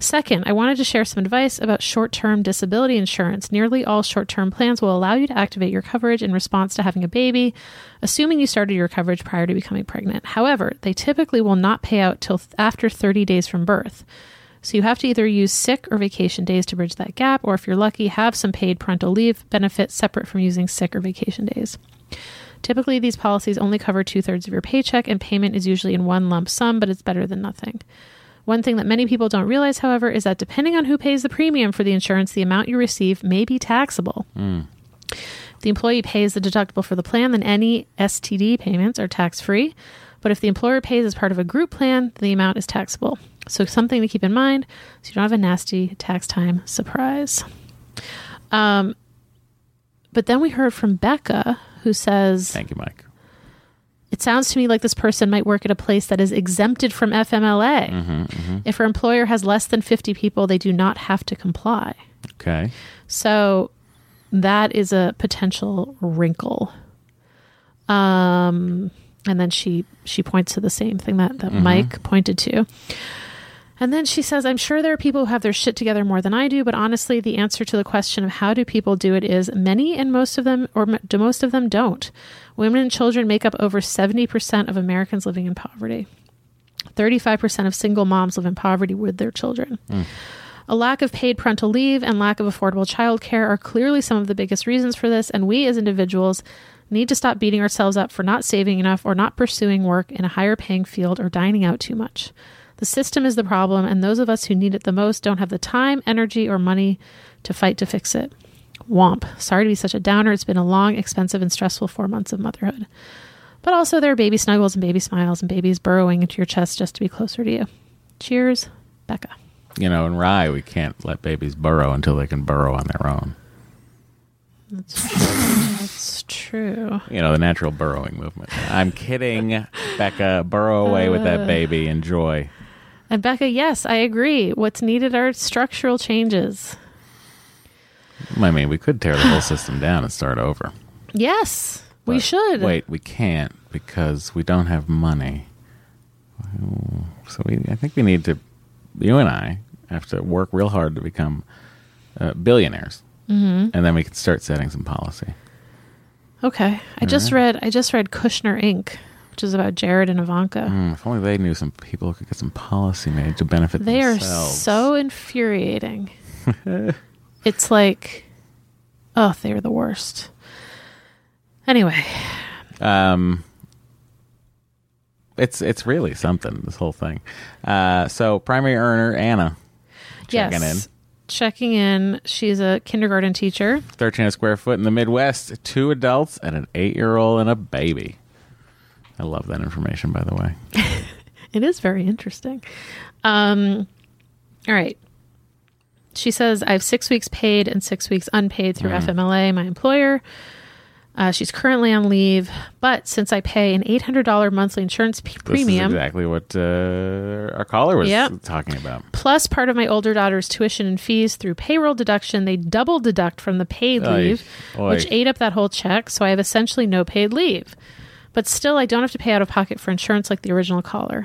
Speaker 3: Second, I wanted to share some advice about short term disability insurance. Nearly all short term plans will allow you to activate your coverage in response to having a baby, assuming you started your coverage prior to becoming pregnant. However, they typically will not pay out till th- after 30 days from birth. So you have to either use sick or vacation days to bridge that gap, or if you're lucky, have some paid parental leave benefit separate from using sick or vacation days. Typically, these policies only cover two thirds of your paycheck, and payment is usually in one lump sum, but it's better than nothing. One thing that many people don't realize, however, is that depending on who pays the premium for the insurance, the amount you receive may be taxable. If the employee pays the deductible for the plan, then any STD payments are tax free. But if the employer pays as part of a group plan, the amount is taxable. So, something to keep in mind so you don't have a nasty tax time surprise. Um, but then we heard from Becca, who says,
Speaker 2: Thank you, Mike.
Speaker 3: it sounds to me like this person might work at a place that is exempted from FMLA. If her employer has less than 50 people, they do not have to comply.
Speaker 2: Okay.
Speaker 3: So that is a potential wrinkle. Um, and then she she points to the same thing that, that Mike pointed to. And then she says, I'm sure there are people who have their shit together more than I do, but honestly, the answer to the question of how do people do it is many and most of them, or m- do most of them don't. Women and children make up over 70% of Americans living in poverty. 35% of single moms live in poverty with their children. A lack of paid parental leave and lack of affordable childcare are clearly some of the biggest reasons for this, and we as individuals need to stop beating ourselves up for not saving enough or not pursuing work in a higher paying field or dining out too much. The system is the problem, and those of us who need it the most don't have the time, energy, or money to fight to fix it. Womp. Sorry to be such a downer. It's been a long, expensive, and stressful four months of motherhood. But also, there are baby snuggles and baby smiles and babies burrowing into your chest just to be closer to you. Cheers, Becca.
Speaker 2: You know, in Rye, we can't let babies burrow until they can burrow on their own.
Speaker 3: That's true.
Speaker 2: You know, the natural burrowing movement. I'm kidding, Becca. Burrow away with that baby. Enjoy.
Speaker 3: And Becca, yes, I agree. What's needed are structural changes.
Speaker 2: I mean, we could tear the whole system down and start over.
Speaker 3: Yes, we
Speaker 2: But
Speaker 3: should.
Speaker 2: Wait, we can't because we don't have money. Well, So we, I think we need to. You and I have to work real hard to become uh, billionaires, mm-hmm. and then we can start setting some policy.
Speaker 3: Okay. I just read I just read Kushner Inc., which is about Jared and Ivanka.
Speaker 2: Hmm, if only they knew some people who could get some policy made to benefit
Speaker 3: They are
Speaker 2: themselves.
Speaker 3: so infuriating. it's like oh, they're the worst. Anyway,
Speaker 2: Um, it's it's really something. This whole thing. Uh, so primary earner Anna, checking
Speaker 3: yes.
Speaker 2: in.
Speaker 3: Checking in. She's a kindergarten teacher.
Speaker 2: thirteen square foot in the Midwest. Two adults and an eight year old and a baby. I love that information, by the way.
Speaker 3: It is very interesting. Um, all right. She says, I have six weeks paid and six weeks unpaid
Speaker 2: Mm.
Speaker 3: through FMLA, my employer. Uh, she's currently on leave, but since I pay an $800 monthly insurance p-
Speaker 2: This is
Speaker 3: premium,
Speaker 2: exactly what uh, our caller was
Speaker 3: Yep.
Speaker 2: talking about.
Speaker 3: plus part of my older daughter's tuition and fees through payroll deduction, they double deduct from the paid
Speaker 2: Oy.
Speaker 3: leave,
Speaker 2: Oy.
Speaker 3: which ate up that whole check. So I have essentially no paid leave. But still, I don't have to pay out of pocket for insurance like the original caller.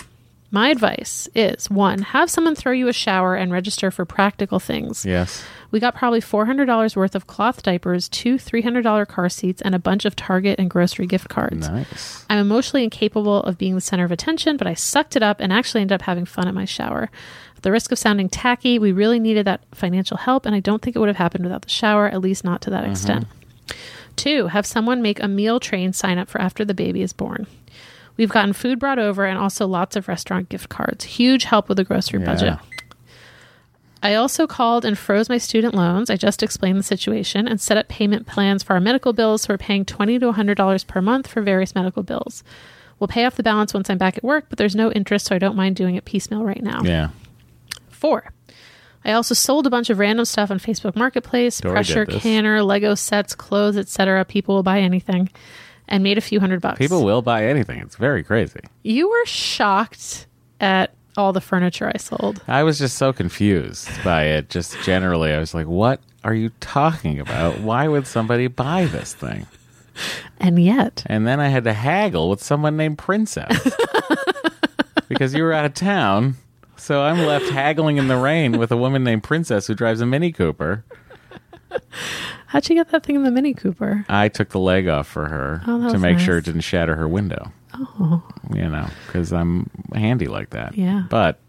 Speaker 3: My advice is one, have someone throw you a shower and register for practical things.
Speaker 2: Yes.
Speaker 3: We got probably $400 worth of cloth diapers, two $300 car seats, and a bunch of Target and grocery gift cards.
Speaker 2: Nice.
Speaker 3: I'm emotionally incapable of being the center of attention, but I sucked it up and actually ended up having fun at my shower. At the risk of sounding tacky, we really needed that financial help, and I don't think it would have happened without the shower, at least not to that extent. Two, have someone make a meal train sign up for after the baby is born. We've gotten food brought over and also lots of restaurant gift cards. Huge help with the grocery budget. I also called and froze my student loans. I just explained the situation and set up payment plans for our medical bills. So we're paying $20 to $100 per month for various medical bills. We'll pay off the balance once I'm back at work, but there's no interest, so I don't mind doing it piecemeal right now.
Speaker 2: Yeah.
Speaker 3: Four, I also sold a bunch of random stuff on Facebook Marketplace,
Speaker 2: Dory did
Speaker 3: pressure
Speaker 2: this.
Speaker 3: canner, Lego sets, clothes, etc. People will buy anything, and made a few hundred bucks.
Speaker 2: People will buy anything. It's very crazy.
Speaker 3: you were shocked at all the furniture I sold.
Speaker 2: I was just so confused by it. Just generally, I was like, "What are you talking about? Why would somebody buy this thing?"
Speaker 3: And yet,
Speaker 2: And then I had to haggle with someone named Princess because you were out of town. So I'm left haggling in the rain with a woman named Princess who drives a Mini Cooper.
Speaker 3: how'd you get that thing in the Mini Cooper?
Speaker 2: I took the leg off for her
Speaker 3: Oh, that
Speaker 2: to
Speaker 3: was
Speaker 2: make
Speaker 3: nice.
Speaker 2: sure it didn't shatter her window. Oh, you know, because I'm handy like that.
Speaker 3: Yeah.
Speaker 2: but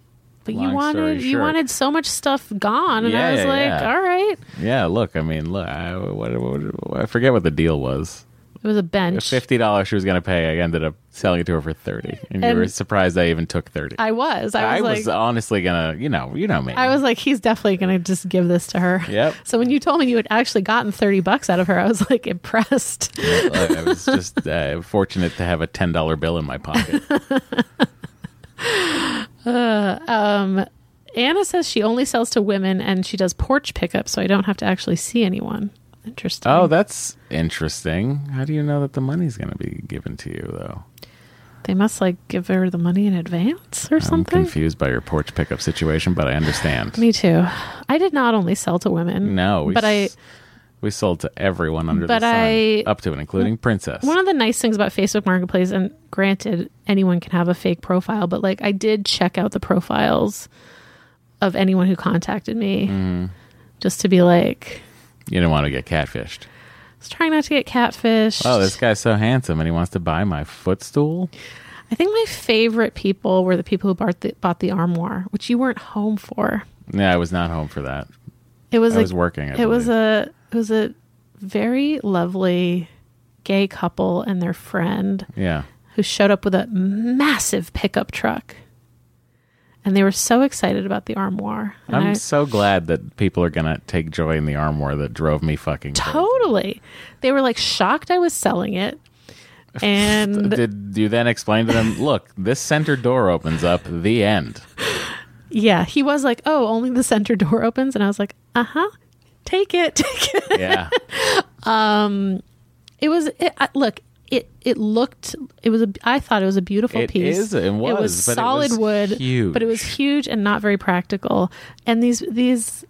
Speaker 3: But you
Speaker 2: long story
Speaker 3: wanted you
Speaker 2: short.
Speaker 3: wanted so much stuff gone, and
Speaker 2: Yeah,
Speaker 3: I was
Speaker 2: yeah,
Speaker 3: like,
Speaker 2: yeah.
Speaker 3: all right.
Speaker 2: yeah, look, I mean, look, I, what, what, I forget what the deal was.
Speaker 3: It was a bench.
Speaker 2: Fifty dollars she was going to pay. I ended up selling it to her for thirty, and, you
Speaker 3: And-
Speaker 2: were surprised I even took thirty.
Speaker 3: I was. I was like,
Speaker 2: honestly gonna, you know, you know me.
Speaker 3: I was like, he's definitely going to just give this to her.
Speaker 2: Yep.
Speaker 3: So when you told me you had actually gotten 30 bucks out of her, I was like impressed.
Speaker 2: Look, I was just uh, fortunate to have a ten dollar bill in my pocket.
Speaker 3: Anna says she only sells to women and she does porch pickup, so I don't have to actually see anyone. Interesting.
Speaker 2: oh, that's interesting. How do you know that the money's gonna be given to you though?
Speaker 3: they must like give her the money in advance or
Speaker 2: I'm
Speaker 3: something.
Speaker 2: confused by your porch pickup situation, but I understand.
Speaker 3: Me too. I did not only sell to women.
Speaker 2: no, we
Speaker 3: but I
Speaker 2: s- we sold to everyone under the
Speaker 3: But
Speaker 2: sun,
Speaker 3: I-
Speaker 2: up to and including Princess.
Speaker 3: One of the nice things about Facebook Marketplace, and granted, anyone can have a fake profile, but like I did check out the profiles of anyone who contacted me
Speaker 2: Mm.
Speaker 3: just to be like,
Speaker 2: you don't want to get catfished.
Speaker 3: I was trying not to get catfish.
Speaker 2: Oh, this guy's so handsome, and he wants to buy my footstool.
Speaker 3: I think my favorite people were the people who bought the, bought the armoire, which you weren't home for.
Speaker 2: Yeah, I was not home for that.
Speaker 3: It was
Speaker 2: I
Speaker 3: like,
Speaker 2: was working. I
Speaker 3: it was
Speaker 2: believe.
Speaker 3: a it was a very lovely gay couple and their friend
Speaker 2: yeah.
Speaker 3: who showed up with a massive pickup truck. And they were so excited about the armoire. And
Speaker 2: I'm
Speaker 3: I-
Speaker 2: so glad that people are gonna take joy in the armoire that drove me fucking. crazy.
Speaker 3: totally. They were like shocked I was selling it. And
Speaker 2: Did you then explain to them? Look, this center door opens up. The end.
Speaker 3: yeah, he was like, "Oh, only the center door opens." And I was like, "Uh-huh. Take it." Take it.
Speaker 2: Yeah,
Speaker 3: It was it, I, look, it it looked it was a I thought it was a beautiful
Speaker 2: It
Speaker 3: piece.
Speaker 2: is, it was, but it
Speaker 3: solid
Speaker 2: was
Speaker 3: wood,
Speaker 2: huge.
Speaker 3: but it was huge and not very practical. And these these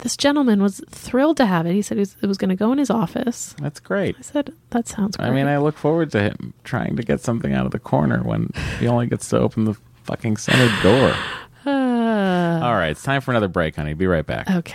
Speaker 3: this gentleman was thrilled to have it. He said he was, it was going to go in his office.
Speaker 2: that's great.
Speaker 3: I said, "That sounds great."
Speaker 2: I mean, I look forward to him trying to get something out of the corner when he only gets to open the fucking center door. All right, it's time for another break, honey. Be right back.
Speaker 3: Uh, okay.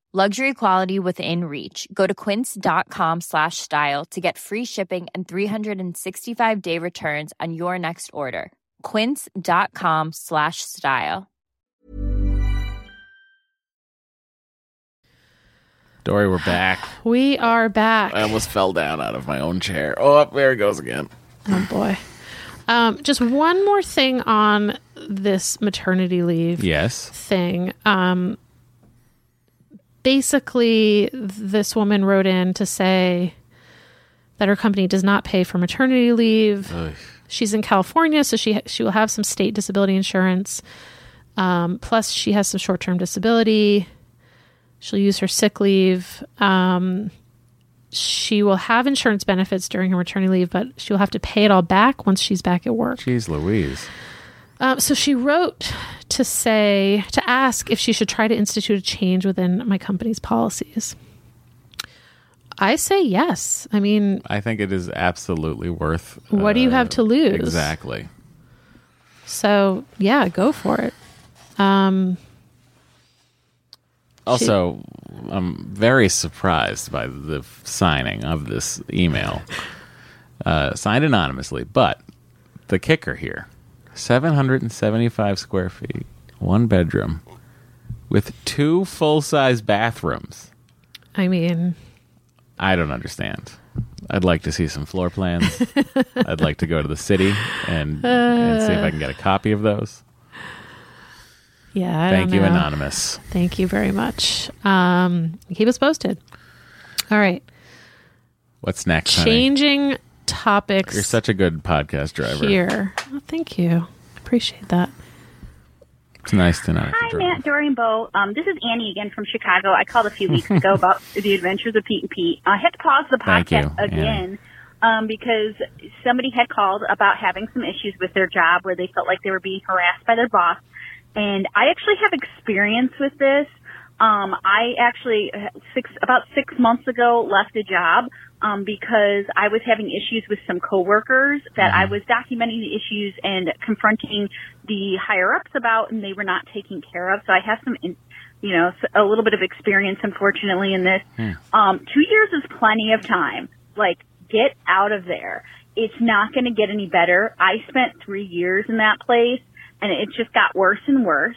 Speaker 5: Luxury quality within reach. Go to quince.com slash style to get free shipping and 365 day returns on your next order. Quince.com slash style.
Speaker 2: Dory, we're back.
Speaker 3: We are back.
Speaker 2: I almost fell down out of my own chair. Oh, there it goes again.
Speaker 3: Oh boy. Um, just one more thing on this maternity leave
Speaker 2: Yes.
Speaker 3: thing. Um, basically, this woman wrote in to say that her company does not pay for maternity leave. She's in California, so she she will have some state disability insurance. Um, plus, she has some short term disability. She'll use her sick leave. Um, she will have insurance benefits during her maternity leave, but she will have to pay it all back once she's back at work.
Speaker 2: Jeez Louise.
Speaker 3: Um, so she wrote to say, to ask if she should try to institute a change within my company's policies. I say yes. I mean,
Speaker 2: I think it is absolutely worth. uh,
Speaker 3: What do you have to lose?
Speaker 2: Exactly.
Speaker 3: so yeah, go for it. Um,
Speaker 2: Also, I'm very surprised by the f- signing of this email. Uh, signed anonymously, but the kicker here 775 square feet, one bedroom, with two full size bathrooms.
Speaker 3: I mean,
Speaker 2: I don't understand. I'd like to see some floor plans. I'd like to go to the city
Speaker 3: Uh,
Speaker 2: and, and see if I can get a copy of those.
Speaker 3: yeah. I
Speaker 2: Thank
Speaker 3: don't
Speaker 2: you,
Speaker 3: know.
Speaker 2: Anonymous.
Speaker 3: Thank you very much. Um, keep us posted. All right.
Speaker 2: What's next, honey?
Speaker 3: Changing topics
Speaker 2: You're such a good podcast driver.
Speaker 3: here. Oh, thank you. Appreciate that.
Speaker 2: It's nice to not have
Speaker 6: Hi,
Speaker 2: to
Speaker 6: Matt,
Speaker 2: drive.
Speaker 6: Dory, and Bo. Um, this is Annie again from Chicago. I called a few weeks ago about the adventures of Pete and Pete. I had to pause the
Speaker 2: Thank
Speaker 6: podcast
Speaker 2: you, Annie.
Speaker 6: again um, because somebody had called about having some issues with their job where they felt like they were being harassed by their boss. And I actually have experience with this. Um, I actually uh, six about six months ago left a job um, because I was having issues with some coworkers that
Speaker 2: Mm-hmm.
Speaker 6: I was documenting the issues and confronting the higher ups about, and they were not taking care of. So I have some, in, you know, s- a little bit of experience, unfortunately, in this. Um, two years is plenty of time. Like, get out of there. It's not going to get any better. I spent three years in that place, and it just got worse and worse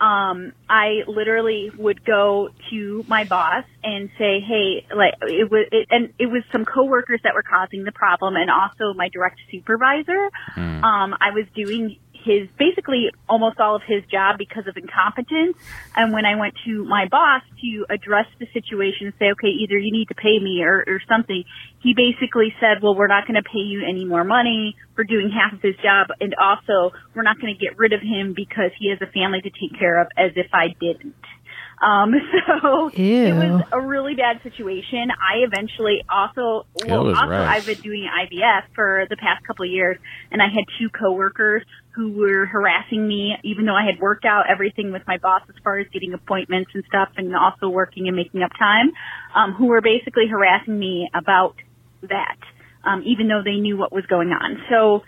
Speaker 6: um, I literally would go to my boss and say, "Hey, like it was," it, and it was some coworkers that were causing the problem, and also my direct supervisor. Um, I was doing his basically almost all of his job because of incompetence. And when I went to my boss to address the situation and say, "Okay, either you need to pay me or, or something," he basically said, "Well, we're not going to pay you any more money for doing half of his job, and also we're not going to get rid of him because he has a family to take care of, as if I didn't." Um, so
Speaker 3: Ew.
Speaker 6: it was a really bad situation. I eventually also well,
Speaker 2: was
Speaker 6: also
Speaker 2: rough.
Speaker 6: I've been doing IVF for the past couple of years, and I had two coworkers who were harassing me, even though I had worked out everything with my boss as far as getting appointments and stuff, and also working and making up time, um, who were basically harassing me about that, um, even though they knew what was going on. So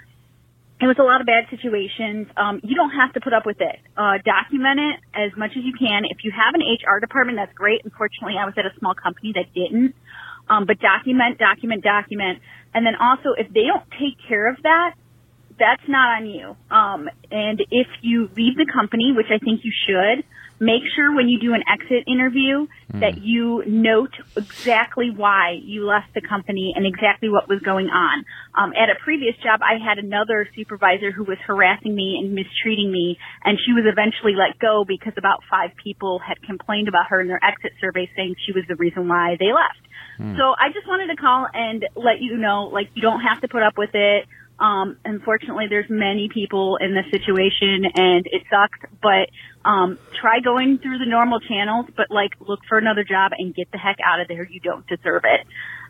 Speaker 6: it was a lot of bad situations. Um, you don't have to put up with it. Uh, document it as much as you can. If you have an HR department, that's great. Unfortunately, I was at a small company that didn't. Um, but document, document, document. And then also, if they don't take care of that, that's not on you. Um, and if you leave the company, which I think you should, make sure when you do an exit interview that you note exactly why you left the company and exactly what was going on. Um, at a previous job, I had another supervisor who was harassing me and mistreating me, and she was eventually let go because about five people had complained about her in their exit survey saying she was the reason why they left. So I just wanted to call and let you know, like, you don't have to put up with it. Um, unfortunately, there's many people in this situation and it sucks, but, um, try going through the normal channels, but like, look for another job and get the heck out of there. You don't deserve it.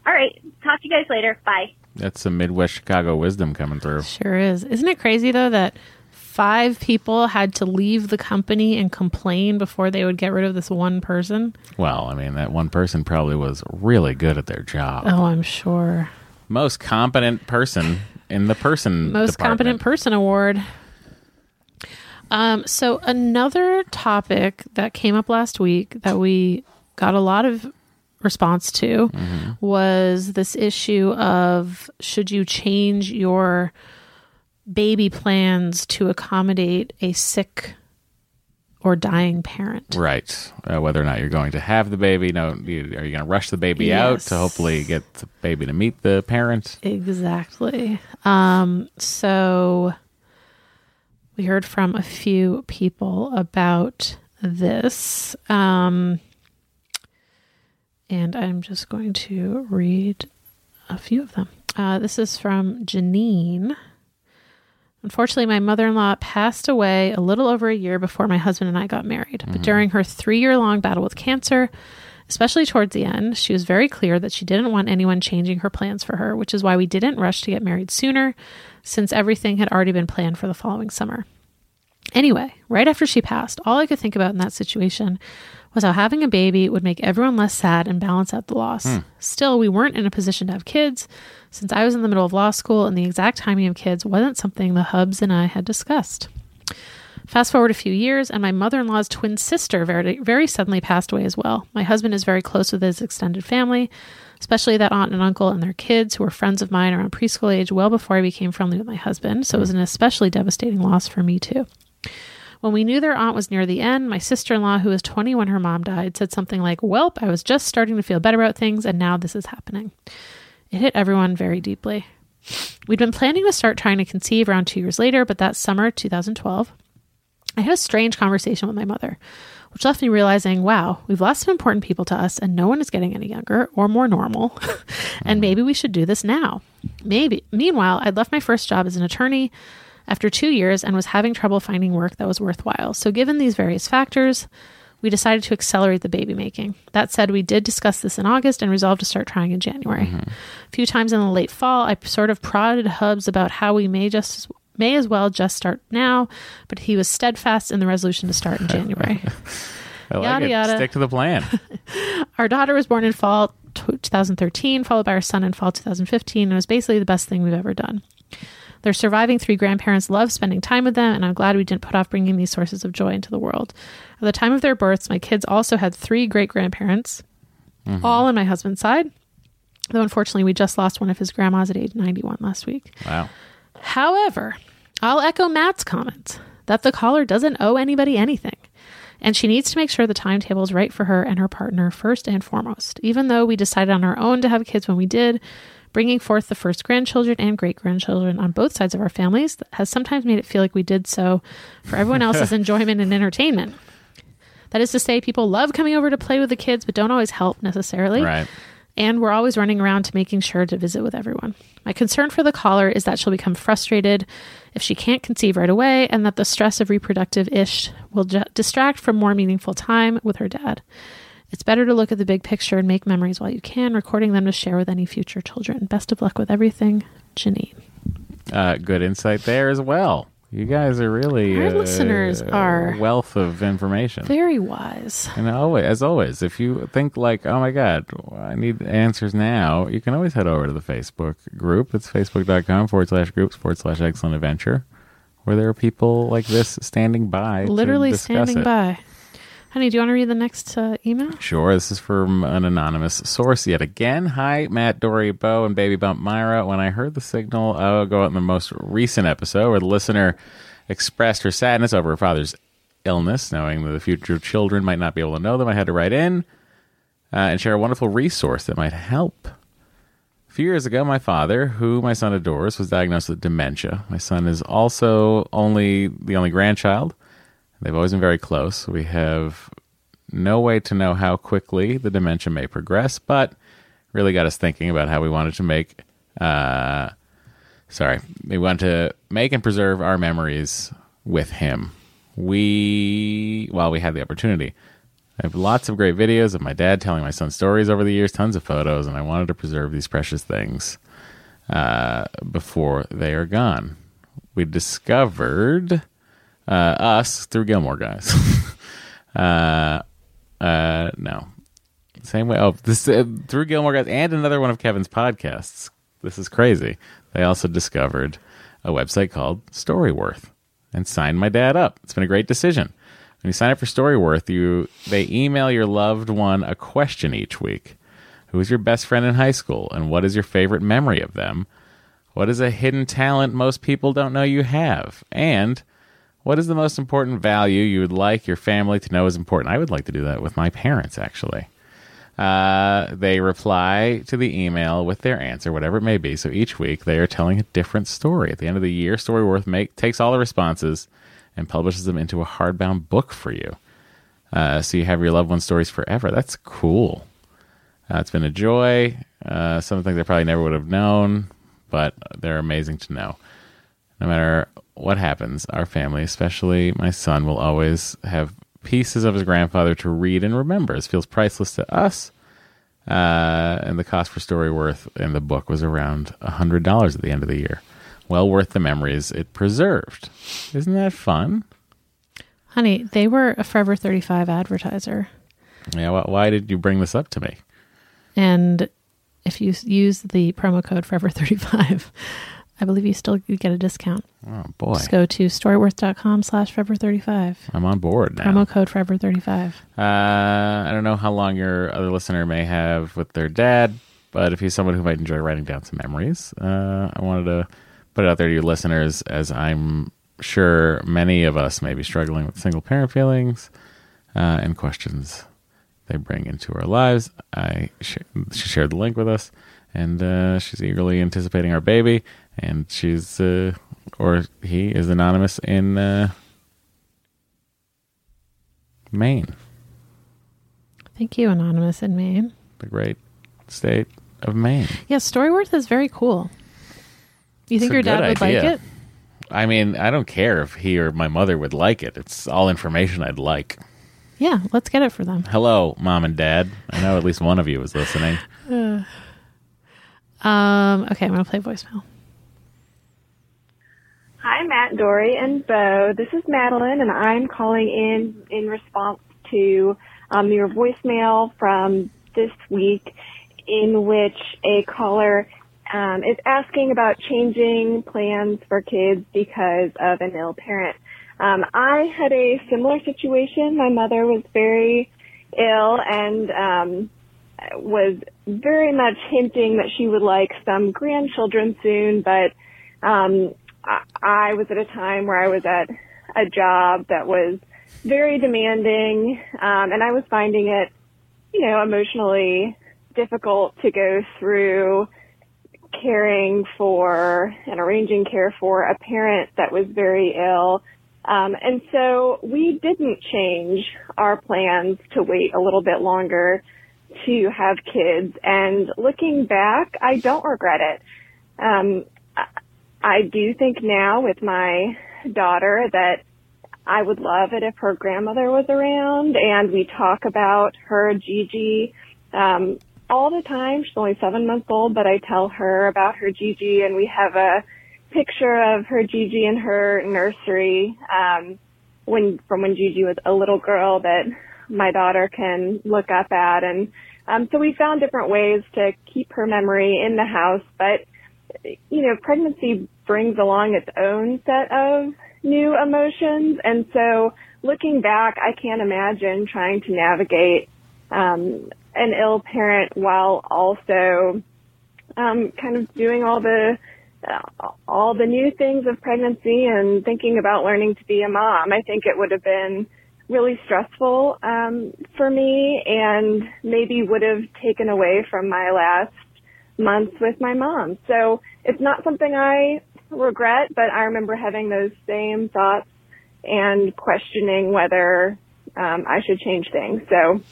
Speaker 6: All right. Talk to you guys later. Bye.
Speaker 2: That's some Midwest Chicago wisdom coming through.
Speaker 3: Sure is. Isn't it crazy though that five people had to leave the company and complain before they would get rid of this one person?
Speaker 2: Well, I mean, that one person probably was really good at their job.
Speaker 3: Oh, I'm sure.
Speaker 2: Most competent person in the person.
Speaker 3: Most competent person award. Um, so another topic that came up last week that we got a lot of response to was this issue of should you change your baby plans to accommodate a sick or dying parent?
Speaker 2: Right. Uh, whether or not you're going to have the baby. No, you, are you going to rush the baby out
Speaker 3: Yes.
Speaker 2: to hopefully get the baby to meet the parent?
Speaker 3: Exactly. Um, so we heard from a few people about this. Um, and I'm just going to read a few of them. Uh, this is from Janine. Unfortunately, my mother in law passed away a little over a year before my husband and I got married. But during her three year long battle with cancer, especially towards the end, she was very clear that she didn't want anyone changing her plans for her, which is why we didn't rush to get married sooner, since everything had already been planned for the following summer. Anyway, right after she passed, all I could think about in that situation was how having a baby would make everyone less sad and balance out the loss. Still, we weren't in a position to have kids since I was in the middle of law school and the exact timing of kids wasn't something the hubs and I had discussed. Fast forward a few years, and my mother in law's twin sister very, very suddenly passed away as well. My husband is very close with his extended family, especially that aunt and uncle and their kids, who were friends of mine around preschool age well before I became friendly with my husband. So it was an especially devastating loss for me, too. When we knew their aunt was near the end, my sister in law, who was 20 when her mom died, said something like, Welp, I was just starting to feel better about things, and now this is happening. It hit everyone very deeply. We'd been planning to start trying to conceive around two years later, but that summer, 2012, I had a strange conversation with my mother, which left me realizing, wow, we've lost some important people to us and no one is getting any younger or more normal. and maybe we should do this now. Maybe. Meanwhile, I'd left my first job as an attorney after two years and was having trouble finding work that was worthwhile. So, given these various factors, we decided to accelerate the baby making. That said, we did discuss this in August and resolved to start trying in January. A few times in the late fall, I sort of prodded Hubs about how we may just may as well just start now, but he was steadfast in the resolution to start in January.
Speaker 2: I like
Speaker 3: Yada,
Speaker 2: it.
Speaker 3: yada.
Speaker 2: Stick to the plan.
Speaker 3: Our daughter was born in fall t- 2013, followed by our son in fall 2015, and was basically the best thing we've ever done. Their surviving three grandparents love spending time with them, and I'm glad we didn't put off bringing these sources of joy into the world. At the time of their births, my kids also had three great grandparents, all on my husband's side, though unfortunately we just lost one of his grandmas at age 91 last week.
Speaker 2: wow.
Speaker 3: However, I'll echo Matt's comment that the caller doesn't owe anybody anything. And she needs to make sure the timetable is right for her and her partner first and foremost. Even though we decided on our own to have kids when we did, bringing forth the first grandchildren and great grandchildren on both sides of our families has sometimes made it feel like we did so for everyone else's enjoyment and entertainment. That is to say, people love coming over to play with the kids, but don't always help necessarily
Speaker 2: Right.
Speaker 3: and we're always running around to making sure to visit with everyone. My concern for the caller is that she'll become frustrated if she can't conceive right away, and that the stress of reproductive ish will ju- distract from more meaningful time with her dad. It's better to look at the big picture and make memories while you can, recording them to share with any future children. Best of luck with everything, Janine.
Speaker 2: Uh, good insight there as well. You guys are really
Speaker 3: Our
Speaker 2: uh,
Speaker 3: listeners are-
Speaker 2: a wealth of information.
Speaker 3: Very wise.
Speaker 2: And always, as always, if you think like, "Oh my God, I need answers now," you can always head over to the Facebook group. It's facebook.com forward slash groups forward slash excellent adventure, where there are people like this standing by, to
Speaker 3: Literally
Speaker 2: discuss
Speaker 3: standing
Speaker 2: it.
Speaker 3: by. Honey, do you want to read the next uh, email?
Speaker 2: Sure. This is from an anonymous source yet again. Hi, Matt, Dory, Bo, and Baby Bump Myra. When I heard the signal, I'll go out in the most recent episode where the listener expressed her sadness over her father's illness, knowing that the future children might not be able to know them. I had to write in uh, and share a wonderful resource that might help. A few years ago, my father, who my son adores, was diagnosed with dementia. My son is also only the only grandchild. They've always been very close. We have no way to know how quickly the dementia may progress, but really got us thinking about how we wanted to make, uh, sorry, we wanted to make and preserve our memories with him. We, while we had the opportunity, I have lots of great videos of my dad telling my son stories over the years, tons of photos, and I wanted to preserve these precious things uh, before they are gone. We discovered uh, us through Gilmore Guys. Uh, uh, no. Same way. Oh, this uh, through Gilmore Guys and another one of Kevin's podcasts. This is crazy. They also discovered a website called Storyworth and signed my dad up. It's been a great decision. When you sign up for Storyworth, you they email your loved one a question each week. Who was your best friend in high school, and what is your favorite memory of them? What is a hidden talent most people don't know you have? And what is the most important value you would like your family to know is important? I would like to do that with my parents, actually. Uh, they reply to the email with their answer, whatever it may be. So each week they are telling a different story. At the end of the year, Storyworth make, takes all the responses and publishes them into a hardbound book for you. Uh, so you have your loved one's stories forever. That's cool. Uh, it's been a joy. Uh, some things I probably never would have known, but they're amazing to know no matter what happens, our family, especially my son, will always have pieces of his grandfather to read and remember. This feels priceless to us. Uh, and the cost for story worth in the book was around $100 at the end of the year. Well worth the memories it preserved. Isn't that fun?
Speaker 3: Honey, they were a Forever 35 advertiser.
Speaker 2: Yeah, wh- why did you bring this up to me?
Speaker 3: And if you s- use the promo code Forever35, I believe you still you get a discount.
Speaker 2: Oh, boy.
Speaker 3: Just go to storyworth.com slash Forever35.
Speaker 2: I'm on board now.
Speaker 3: Promo code Forever35.
Speaker 2: Uh, I don't know how long your other listener may have with their dad, but if he's someone who might enjoy writing down some memories, uh, I wanted to put it out there to your listeners as I'm sure many of us may be struggling with single parent feelings uh, and questions they bring into our lives. I sh- she shared the link with us, and uh, she's eagerly anticipating our baby. And she's uh, or he is anonymous in uh, Maine,
Speaker 3: Thank you, Anonymous in Maine.
Speaker 2: the great state of Maine.
Speaker 3: Yeah, Storyworth is very cool. You think
Speaker 2: a
Speaker 3: your dad
Speaker 2: good
Speaker 3: would
Speaker 2: idea.
Speaker 3: like it?
Speaker 2: I mean, I don't care if he or my mother would like it. It's all information I'd like.
Speaker 3: Yeah, let's get it for them.
Speaker 2: Hello, mom and dad. I know at least one of you is listening.
Speaker 3: Um, okay, I'm gonna play voicemail.
Speaker 4: Hi, Matt, Dory, and Bo. This is Madeline, and I'm calling in in response to um, your voicemail from this week, in which a caller um, is asking about changing plans for kids because of an ill parent. Um, I had a similar situation. My mother was very ill, and um, was very much hinting that she would like some grandchildren soon, but um, I, I was at a time where I was at a job that was very demanding, um, and I was finding it, you know, emotionally difficult to go through caring for and arranging care for a parent that was very ill. Um, and so we didn't change our plans to wait a little bit longer to have kids. And looking back, I don't regret it. Um, I- I do think now with my daughter that I would love it if her grandmother was around and we talk about her Gigi um, all the time. She's only seven months old, but I tell her about her Gigi and we have a picture of her Gigi in her nursery um, when from when Gigi was a little girl that my daughter can look up at and um, so we found different ways to keep her memory in the house, but you know, pregnancy brings along its own set of new emotions. And so looking back, I can't imagine trying to navigate um, an ill parent while also um, kind of doing all the uh, all the new things of pregnancy and thinking about learning to be a mom. I think it would have been really stressful um, for me, and maybe would have taken away from my last months with my mom. So it's not something I regret, but I remember having those same thoughts and questioning whether um, I should change things. So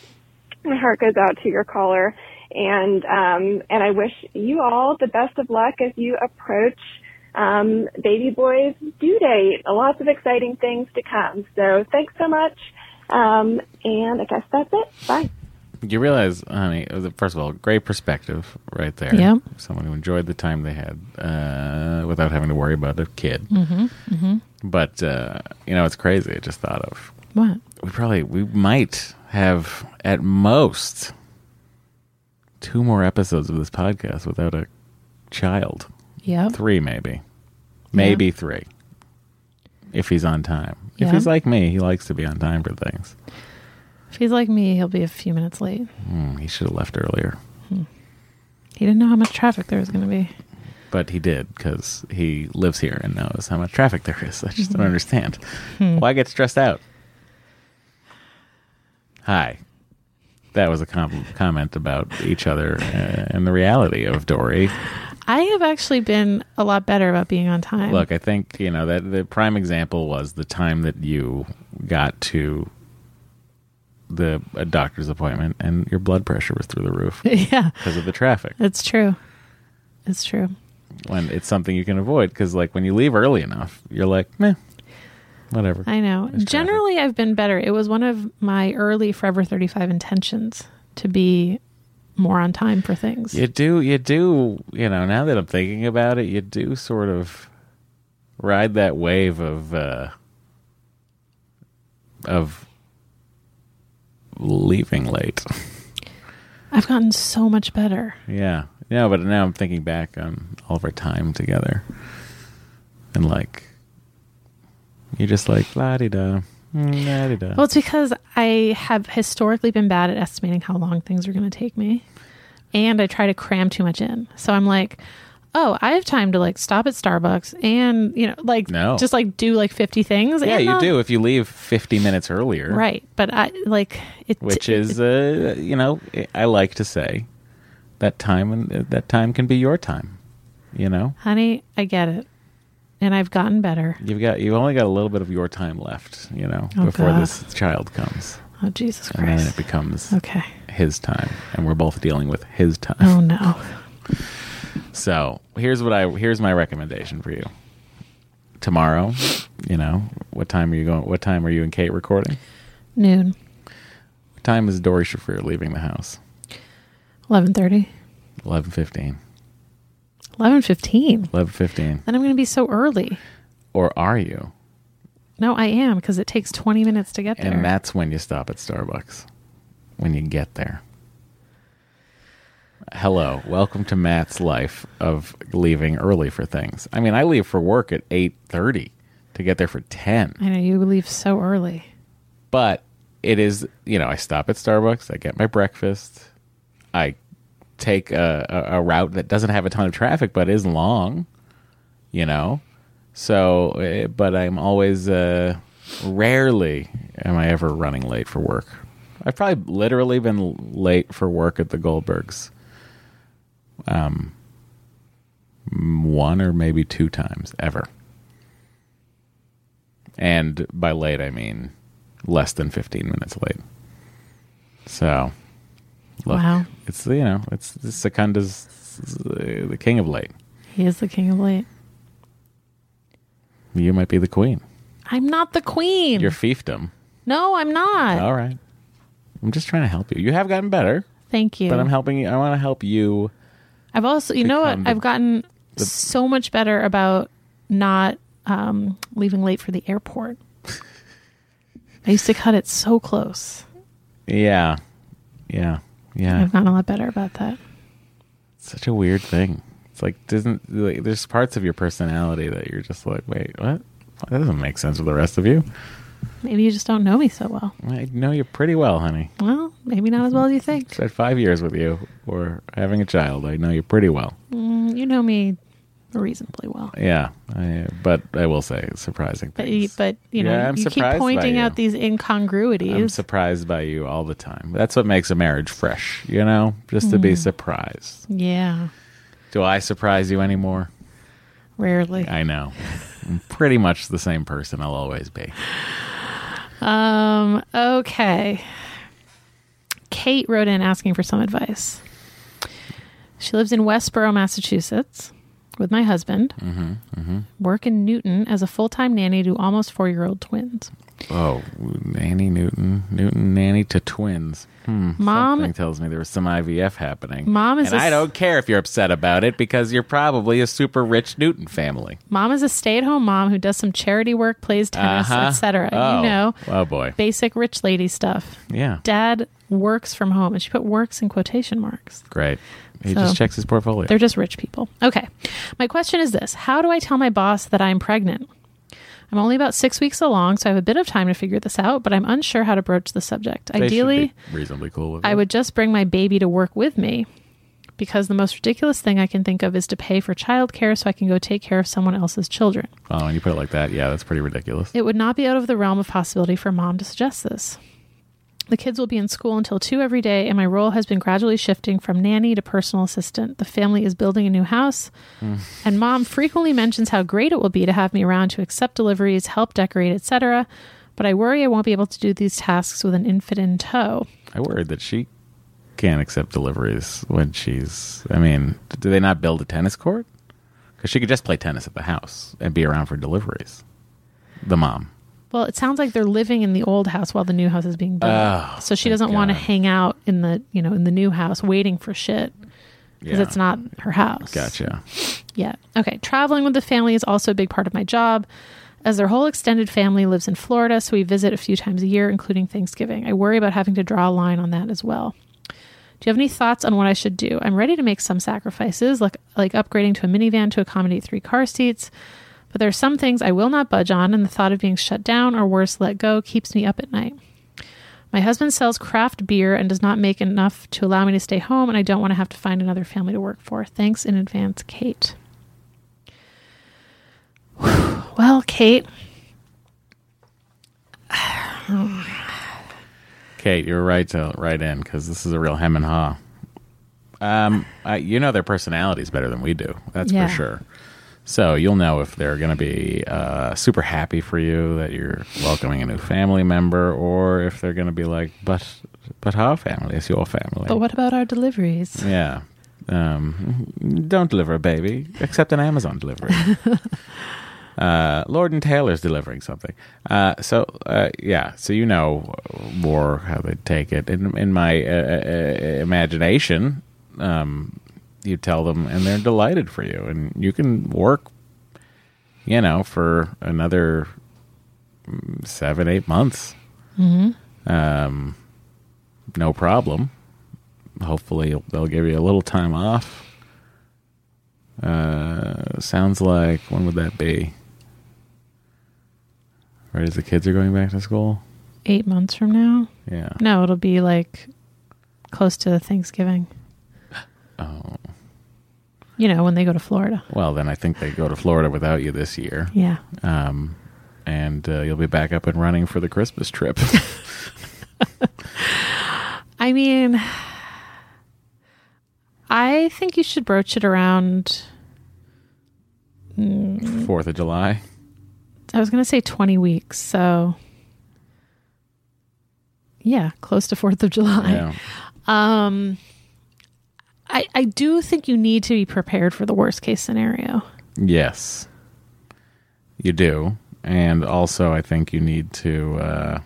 Speaker 4: my heart goes out to your caller, and um, and I wish you all the best of luck as you approach um, baby boy's due date. Lots of exciting things to come. So thanks so much, um, and I guess that's it. Bye.
Speaker 2: You realize, honey, uh, first of all, great perspective right there.
Speaker 3: Yeah.
Speaker 2: Someone who enjoyed the time they had uh, without having to worry about a kid. Mm-hmm. Mm-hmm. But, uh, you know, it's crazy. I just thought of.
Speaker 3: What?
Speaker 2: We probably, we might have at most two more episodes of this podcast without a child.
Speaker 3: Yep.
Speaker 2: Three, maybe. Maybe three. If he's on time. If
Speaker 3: Yeah.
Speaker 2: he's like me, he likes to be on time for things.
Speaker 3: If he's like me, he'll be a few minutes late.
Speaker 2: Hmm, he should have left earlier.
Speaker 3: He didn't know how much traffic there was going to be.
Speaker 2: but he did because he lives here and knows how much traffic there is. I just don't understand why get stressed out. Hi, that was a com- comment about each other uh, and the reality of Dory.
Speaker 3: I have actually been a lot better about being on time.
Speaker 2: Look, I think you know that the prime example was the time that you got to the a doctor's appointment and your blood pressure was through the roof
Speaker 3: yeah,
Speaker 2: because of the traffic.
Speaker 3: it's true. It's true.
Speaker 2: When it's something you can avoid, because like when you leave early enough, you're like, meh, whatever.
Speaker 3: I know.
Speaker 2: traffic.
Speaker 3: Generally, I've been better. It was one of my early Forever 35 intentions to be more on time for things.
Speaker 2: You do, you do, you know, now that I'm thinking about it, you do sort of ride that wave of, uh, of leaving late.
Speaker 3: I've gotten so much better.
Speaker 2: yeah. No, but now I'm thinking back on all of our time together. And like, you're just like, mm, la di da, la di da.
Speaker 3: Well, it's because I have historically been bad at estimating how long things are going to take me. And I try to cram too much in. So I'm like, oh, I have time to like stop at Starbucks and, you know, like
Speaker 2: No.
Speaker 3: just like do like 50 things.
Speaker 2: Yeah,
Speaker 3: and
Speaker 2: you
Speaker 3: I'll-
Speaker 2: do if you leave 50 minutes earlier.
Speaker 3: Right. But I like it.
Speaker 2: Which is, uh, you know, I like to say that time uh, that time can be your time. You know,
Speaker 3: honey, I get it. And I've gotten better.
Speaker 2: you've got you've only got a little bit of your time left. You know,
Speaker 3: Oh,
Speaker 2: before
Speaker 3: God.
Speaker 2: this child comes,
Speaker 3: Oh, Jesus
Speaker 2: and then it
Speaker 3: Christ.
Speaker 2: becomes
Speaker 3: Okay.
Speaker 2: his time, and we're both dealing with his time.
Speaker 3: Oh, no.
Speaker 2: So here's what I here's my recommendation for you. Tomorrow, you know, what time are you going? What time are you and Kate recording?
Speaker 3: Noon,
Speaker 2: What time is Dory Shafir leaving the house?
Speaker 3: 11.30,
Speaker 2: Eleven fifteen.
Speaker 3: 11.15.
Speaker 2: Eleven fifteen.
Speaker 3: Then I'm going to be so early.
Speaker 2: Or are you?
Speaker 3: No, I am because it takes 20 minutes to get there.
Speaker 2: And that's when you stop at Starbucks. When you get there. Hello, welcome to Matt's life of leaving early for things. I mean, I leave for work at eight thirty to get there for ten.
Speaker 3: I know you leave so early.
Speaker 2: but it is you know i stop at starbucks i get my breakfast i take a, a, a route that doesn't have a ton of traffic but is long you know so eh, but i'm always uh rarely am i ever running late for work i've probably literally been l- late for work at the goldbergs um one or maybe two times ever and by late I mean less than 15 minutes late. So, look,
Speaker 3: Wow.
Speaker 2: it's you know, it's, it's Secunda's uh, the king of late.
Speaker 3: He is the king of late.
Speaker 2: You might be the queen.
Speaker 3: I'm not the queen.
Speaker 2: Your fiefdom.
Speaker 3: no, I'm not.
Speaker 2: All right. I'm just trying to help you. You have gotten better,
Speaker 3: Thank you.
Speaker 2: but I'm helping you. I want to help you.
Speaker 3: I've also, you know what?
Speaker 2: become the-
Speaker 3: I've gotten so much better about not um, leaving late for the airport. I used to cut it so close.
Speaker 2: Yeah. Yeah. Yeah.
Speaker 3: I've gotten a lot better about that.
Speaker 2: It's such a weird thing. It's like doesn't like, there's parts of your personality that you're just like, "Wait, what? That doesn't make sense with the rest of you."
Speaker 3: Maybe you just don't know me so well.
Speaker 2: I know you pretty well, honey.
Speaker 3: Well, maybe not as well as you think.
Speaker 2: At five years with you or having a child, I know you pretty well.
Speaker 3: Mm, You know me reasonably well.
Speaker 2: Yeah, I, but I will say it's surprising.
Speaker 3: But, you-
Speaker 2: things.
Speaker 3: but you know,
Speaker 2: Yeah, I'm
Speaker 3: you keep
Speaker 2: surprised by
Speaker 3: pointing
Speaker 2: you.
Speaker 3: out these
Speaker 2: I'm
Speaker 3: incongruities.
Speaker 2: surprised by you all the time. That's what makes a marriage fresh, you know, just to
Speaker 3: Mm.
Speaker 2: be surprised.
Speaker 3: yeah,
Speaker 2: Do I surprise you anymore?
Speaker 3: rarely.
Speaker 2: I know. I'm pretty much the same person I'll always be.
Speaker 3: Um, okay. Kate wrote in asking for some advice. She lives in Westboro, Massachusetts with my husband. Mm-hmm, Work in Newton as a full time nanny to almost four year old twins.
Speaker 2: Oh, Nanny Newton, Newton Nanny to twins. Hmm,
Speaker 3: Mom-
Speaker 2: something tells me there was some IVF happening.
Speaker 3: Mom is
Speaker 2: and
Speaker 3: a
Speaker 2: I
Speaker 3: s-
Speaker 2: don't care if you're upset about it because you're probably a super rich Newton family.
Speaker 3: Mom is a stay at home mom who does some charity work, plays tennis,
Speaker 2: Uh-huh.
Speaker 3: etc.
Speaker 2: Oh.
Speaker 3: Uh, You know,
Speaker 2: Oh boy.
Speaker 3: basic rich lady stuff.
Speaker 2: Yeah.
Speaker 3: Dad works from home, and she put works in quotation marks.
Speaker 2: Great. He
Speaker 3: So-
Speaker 2: just checks his portfolio.
Speaker 3: They're just rich people. Okay. My question is this How do I tell my boss that I'm pregnant? I'm only about six weeks along, so I have a bit of time to figure this out, but I'm unsure how to broach the subject.
Speaker 2: They should
Speaker 3: Ideally,
Speaker 2: be reasonably cool with
Speaker 3: I
Speaker 2: it.
Speaker 3: would just bring my baby to work with me because the most ridiculous thing I can think of is to pay for childcare so I can go take care of someone else's children.
Speaker 2: Oh, and you put it like that. Yeah, that's pretty ridiculous.
Speaker 3: It would not be out of the realm of possibility for mom to suggest this. The kids will be in school until 2 every day, and my role has been gradually shifting from nanny to personal assistant. The family is building a new house,
Speaker 2: Mm.
Speaker 3: and mom frequently mentions how great it will be to have me around to accept deliveries, help decorate, etc. But I worry I won't be able to do these tasks with an infant in tow.
Speaker 2: I worried that she can't accept deliveries when she's. I mean, do they not build a tennis court? Because she could just play tennis at the house and be around for deliveries. The mom.
Speaker 3: Well, it sounds like they're living in the old house while the new house is being built.
Speaker 2: Oh,
Speaker 3: so she
Speaker 2: thank
Speaker 3: doesn't want to
Speaker 2: God.
Speaker 3: hang out in the, you know, in the new house waiting for shit because
Speaker 2: Yeah.
Speaker 3: it's not her house.
Speaker 2: Gotcha.
Speaker 3: Yeah. Okay. Traveling with the family is also a big part of my job, as their whole extended family lives in Florida, so we visit a few times a year, including Thanksgiving. I worry about having to draw a line on that as well. Do you have any thoughts on what I should do? I'm ready to make some sacrifices, like like upgrading to a minivan to accommodate three car seats, but there are some things I will not budge on, and the thought of being shut down or worse, let go, keeps me up at night. My husband sells craft beer and does not make enough to allow me to stay home, and I don't want to have to find another family to work for. Thanks in advance, Kate. Well, Kate,
Speaker 2: Kate, you're right to right in because this is a real hem and haw. Um, uh, you know their personalities better than we do. That's
Speaker 3: Yeah.
Speaker 2: for sure. So you'll know if they're going to be uh, super happy for you that you're welcoming a new family member, or if they're going to be like, "But, but our family is your family."
Speaker 3: but what about our deliveries?
Speaker 2: Yeah. Um, don't deliver a baby, except an Amazon delivery. uh, Lord and Taylor's delivering something. Uh, so uh, yeah, so you know more how they take it. In in my uh, uh, uh, imagination, um, you tell them, and they're delighted for you, and you can work, you know, for another mm, seven eight months. Um, no problem hopefully they'll give you a little time off. Uh, sounds like when would that be? Right as the kids are going back to school.
Speaker 3: Eight months from now?
Speaker 2: Yeah.
Speaker 3: No, it'll be like close to Thanksgiving.
Speaker 2: Oh.
Speaker 3: You know, when they go to Florida.
Speaker 2: Well, then I think they go to Florida without you this year.
Speaker 3: Yeah.
Speaker 2: Um, and uh, you'll be back up and running for the Christmas trip.
Speaker 3: I mean, I think you should broach it around.
Speaker 2: Fourth of July.
Speaker 3: I was going to say 20 weeks. So, yeah, close to 4th of July.
Speaker 2: Yeah.
Speaker 3: Um, I, I do think you need to be prepared for the worst case scenario.
Speaker 2: Yes, you do, and also I think you need to. Uh,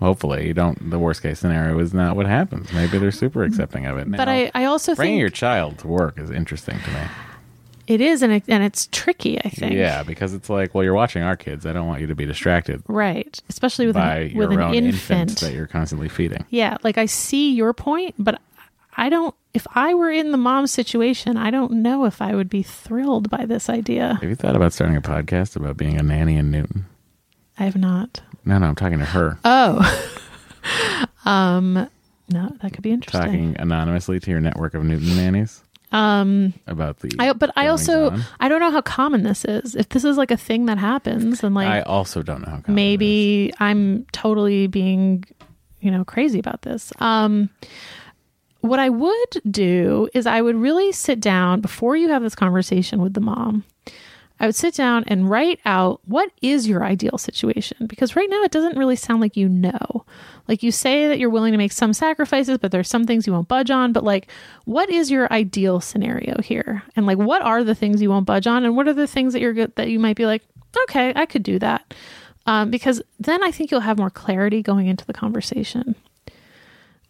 Speaker 2: hopefully, you don't. The worst case scenario is not what happens. Maybe they're super accepting of it.
Speaker 3: But
Speaker 2: now.
Speaker 3: I, I also
Speaker 2: bringing
Speaker 3: think
Speaker 2: your child to work is interesting to me.
Speaker 3: it is, and, it, and it's tricky, I think.
Speaker 2: Yeah, because it's like, well, you're watching our kids. I don't want you to be distracted
Speaker 3: Right. Especially with,
Speaker 2: by
Speaker 3: an,
Speaker 2: your
Speaker 3: with an
Speaker 2: own
Speaker 3: infant.
Speaker 2: that you're constantly feeding.
Speaker 3: yeah. Like, I see your point, but I don't, if I were in the mom situation, I don't know if I would be thrilled by this idea.
Speaker 2: Have you thought about starting a podcast about being a nanny in Newton?
Speaker 3: I have not.
Speaker 2: No, no, I'm talking to her.
Speaker 3: Oh. um, no, that could be interesting.
Speaker 2: talking anonymously to your network of Newton nannies
Speaker 3: Um,
Speaker 2: about the.
Speaker 3: I but I also
Speaker 2: goings-on.
Speaker 3: I don't know how common this is. If this is like a thing that happens, then
Speaker 2: I
Speaker 3: like
Speaker 2: also don't know how. common it is.
Speaker 3: maybe I'm totally being, you know, crazy about this. Um, what I would do is I would really sit down before you have this conversation with the mom. I would sit down and write out what is your ideal situation because right now it doesn't really sound like you know. Like you say that you're willing to make some sacrifices, but there's some things you won't budge on. But like, what is your ideal scenario here? And like, what are the things you won't budge on, and what are the things that you're good that you might be like, okay, I could do that, um, because then I think you'll have more clarity going into the conversation.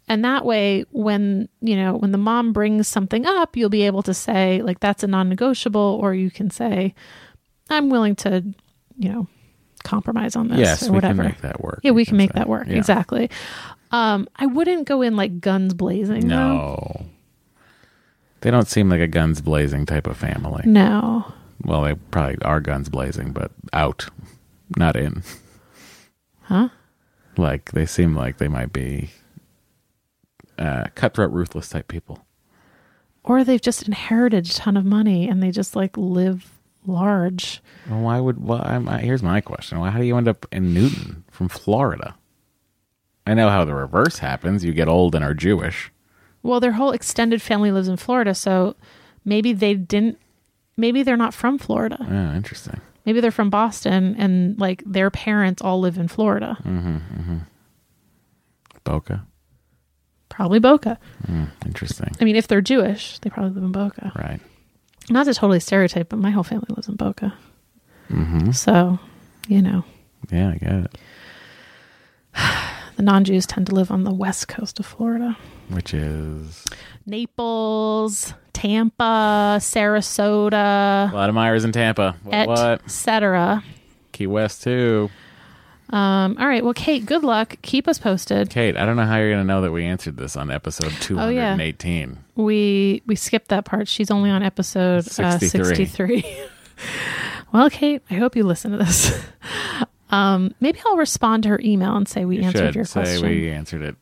Speaker 3: And that way, when you know when the mom brings something up, you'll be able to say like that's a non-negotiable, or you can say, I'm willing to, you know, compromise on this
Speaker 2: Yes,
Speaker 3: or
Speaker 2: we
Speaker 3: whatever.
Speaker 2: can make that work.
Speaker 3: Yeah, we
Speaker 2: you
Speaker 3: can make
Speaker 2: say.
Speaker 3: that work.
Speaker 2: Yeah.
Speaker 3: Exactly. Um, I wouldn't go in like guns blazing. though.
Speaker 2: No. They don't seem like a guns blazing type of family.
Speaker 3: No.
Speaker 2: Well, they probably are guns blazing, but out, not in.
Speaker 3: Huh?
Speaker 2: Like they seem like they might be uh, cutthroat, ruthless type people.
Speaker 3: Or they've just inherited a ton of money and they just like live large.
Speaker 2: Well, why would? Well, I'm, I, here's my question: Why how do you end up in Newton from Florida? I know how the reverse happens. You get old and are Jewish.
Speaker 3: Well, their whole extended family lives in Florida, so maybe they didn't maybe they're not from Florida.
Speaker 2: Oh, interesting.
Speaker 3: Maybe they're from Boston and like their parents all live in Florida.
Speaker 2: Boca.
Speaker 3: Probably Boca.
Speaker 2: Interesting.
Speaker 3: I mean, if they're Jewish, they probably live in Boca.
Speaker 2: Right.
Speaker 3: Not to totally stereotype, but my whole family lives in Boca. So, you know,
Speaker 2: Yeah, I get it.
Speaker 3: the non-Jews tend to live on the west coast of Florida.
Speaker 2: Which is
Speaker 3: Naples, Tampa, Sarasota,
Speaker 2: a lot of Myers in Tampa. What? what?
Speaker 3: etc.
Speaker 2: Key West too.
Speaker 3: Um, all right. Well, Kate, good luck. Keep us posted.
Speaker 2: Kate, I don't know how you're going to know that we answered this on episode
Speaker 3: Oh, yeah.
Speaker 2: 218.
Speaker 3: We we skipped that part. She's only on episode
Speaker 2: 63.
Speaker 3: Uh, 63. well, Kate, I hope you listen to this. um, maybe I'll respond to her email and say we
Speaker 2: You
Speaker 3: answered
Speaker 2: should
Speaker 3: your
Speaker 2: say
Speaker 3: question.
Speaker 2: we answered it.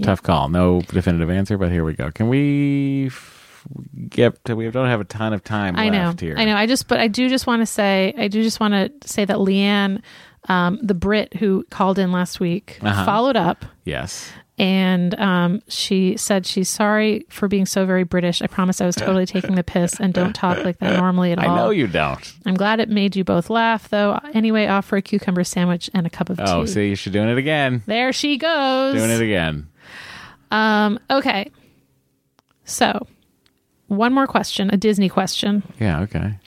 Speaker 2: Tough call. No definitive answer, but here we go. Can we f- get to, we don't have a ton of time
Speaker 3: I know.
Speaker 2: left here.
Speaker 3: I know. I just, but I do just want to say, I do just want to say that Leanne, um, the Brit who called in last week,
Speaker 2: Uh-huh.
Speaker 3: followed up
Speaker 2: Yes.
Speaker 3: and um, she said she's sorry for being so very British. I promise I was totally taking the piss and don't talk like that normally at all.
Speaker 2: I know you don't.
Speaker 3: I'm glad it made you both laugh, though. Anyway, offer a cucumber sandwich and a cup of
Speaker 2: Oh,
Speaker 3: tea.
Speaker 2: see, she's doing it again.
Speaker 3: There she goes.
Speaker 2: Doing it again.
Speaker 3: Um, okay. So, one more question, a Disney question.
Speaker 2: Yeah. Okay.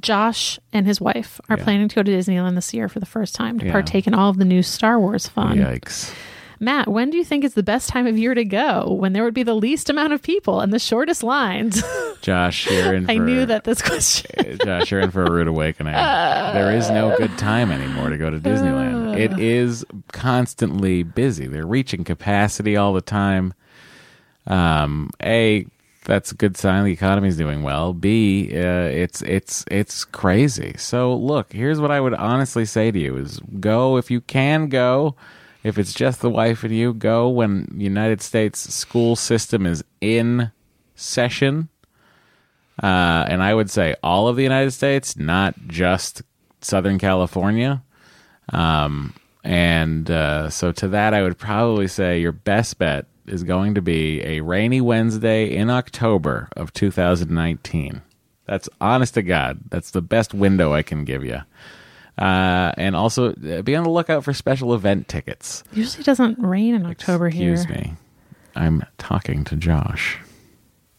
Speaker 3: Josh and his wife are
Speaker 2: Yeah.
Speaker 3: planning to go to Disneyland this year for the first time to
Speaker 2: Yeah.
Speaker 3: partake in all of the new Star Wars fun.
Speaker 2: Yikes.
Speaker 3: Matt, when do you think is the best time of year to go? When there would be the least amount of people and the shortest lines?
Speaker 2: Josh, you're in. For,
Speaker 3: I knew that this question.
Speaker 2: Josh, you're in for a rude awakening. there is no good time anymore to go to Disneyland. it is constantly busy. They're reaching capacity all the time. Um, a that's a good sign the economy's doing well. B, uh, it's it's it's crazy. So look, here's what I would honestly say to you: is go if you can go. If it's just the wife and you, go when United States school system is in session. Uh, and I would say all of the United States, not just Southern California. Um, and uh, so to that, I would probably say your best bet is going to be a rainy Wednesday in October of 2019. That's honest to God. That's the best window I can give you. Uh, and also uh, be on the lookout for special event tickets.
Speaker 3: Usually doesn't rain in October
Speaker 2: Excuse
Speaker 3: here.
Speaker 2: me. I'm talking to Josh.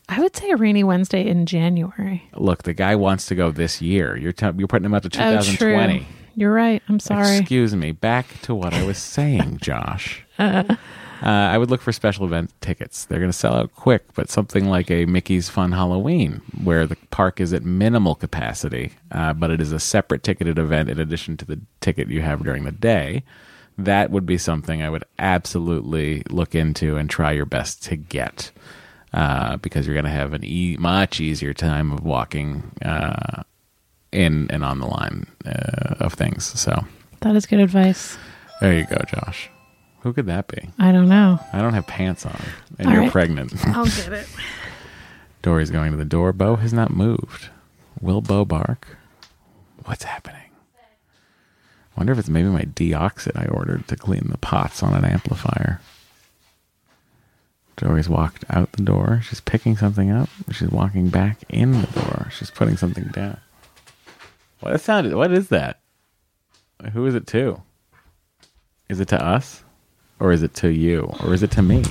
Speaker 3: I would say a rainy Wednesday in January.
Speaker 2: Look, the guy wants to go this year. You're t- you're putting him out to
Speaker 3: Oh, true.
Speaker 2: 2020.
Speaker 3: You're right. I'm sorry.
Speaker 2: Excuse me. Back to what I was saying, Josh. Uh, I would look for special event tickets. They're going to sell out quick, but something like a Mickey's Fun Halloween, where the park is at minimal capacity, uh, but it is a separate ticketed event in addition to the ticket you have during the day. That would be something I would absolutely look into and try your best to get, uh, because you're going to have an e- much easier time of walking uh, in and on the line uh, of things. So.
Speaker 3: That is good advice.
Speaker 2: There you go, Josh. Who could that be?
Speaker 3: I don't know.
Speaker 2: I don't have pants on, and
Speaker 3: All
Speaker 2: you're
Speaker 3: right.
Speaker 2: pregnant.
Speaker 3: I'll get it.
Speaker 2: Dory's going to the door. Bo has not moved. Will Bo bark? What's happening? Wonder if it's maybe my deoxit I ordered to clean the pots on an amplifier. Dory's walked out the door. She's picking something up. She's walking back in the door. She's putting something down. What that sounded? What is that? Who is it to? Is it to us, or is it to you, or is it to me?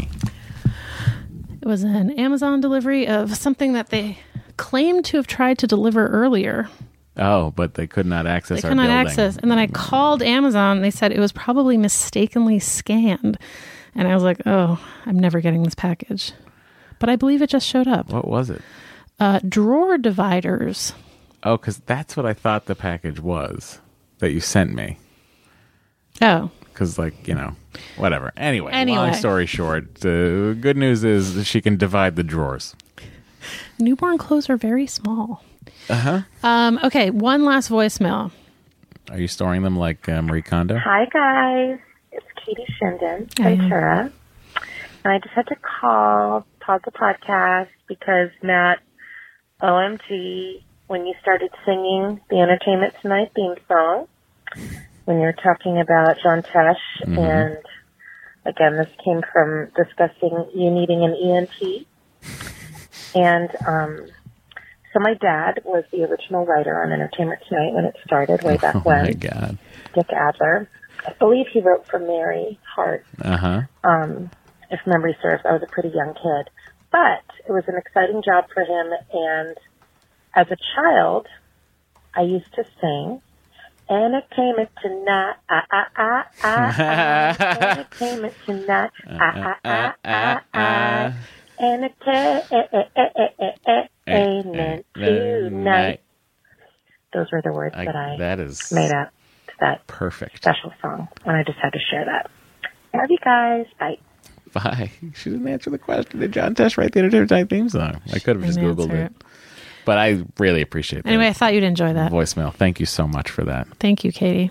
Speaker 3: It was an Amazon delivery of something that they claimed to have tried to deliver earlier.
Speaker 2: Oh, but they could not access
Speaker 3: They
Speaker 2: our
Speaker 3: could not
Speaker 2: building.
Speaker 3: access. And then I called Amazon. And they said it was probably mistakenly scanned. And I was like, oh, I'm never getting this package. But I believe it just showed up.
Speaker 2: What was it?
Speaker 3: Uh, drawer dividers.
Speaker 2: Oh, because that's what I thought the package was that you sent me.
Speaker 3: Oh,
Speaker 2: Because, like, you know, whatever. Anyway, long
Speaker 3: Anyway.
Speaker 2: story short, the good news is that she can divide the drawers.
Speaker 3: newborn clothes are very small.
Speaker 2: Uh-huh.
Speaker 3: Uh huh. Um, okay, one last voicemail.
Speaker 2: Are you storing them like uh, Marie Kondo?
Speaker 7: Hi, guys. It's Katie Shinden, Ventura. And I just had to call, pause the podcast because Matt, OMG, when you started singing the Entertainment Tonight theme song, when you were talking about John Tesh, and again, this came from discussing you needing an ENT. And, um, so my dad was the original writer on Entertainment Tonight when it started way back
Speaker 2: Oh,
Speaker 7: when.
Speaker 2: my God.
Speaker 7: Dick Adler. I believe he wrote for Mary Hart.
Speaker 2: Uh huh.
Speaker 7: Um, if memory serves, I was a pretty young kid, but it was an exciting job for him. And as a child, I used to sing, and it came it tonight. Ah, ah, ah, ah, ah, and it came it tonight. Ah, ah, ah, ah, ah. And it came amen tonight. Those were the words
Speaker 2: I,
Speaker 7: that I
Speaker 2: that is
Speaker 7: made up to that
Speaker 2: perfect.
Speaker 7: special song, and I just had to share that. Love you guys. Bye.
Speaker 2: Bye. She didn't answer the question. Did John Tesh write the Entertainment Tonight theme song? I could have just
Speaker 3: Didn't
Speaker 2: Googled
Speaker 3: answer
Speaker 2: it. But I really appreciate that
Speaker 3: Anyway, I thought you'd enjoy that.
Speaker 2: voicemail. Thank you so much for that.
Speaker 3: Thank you, Katie.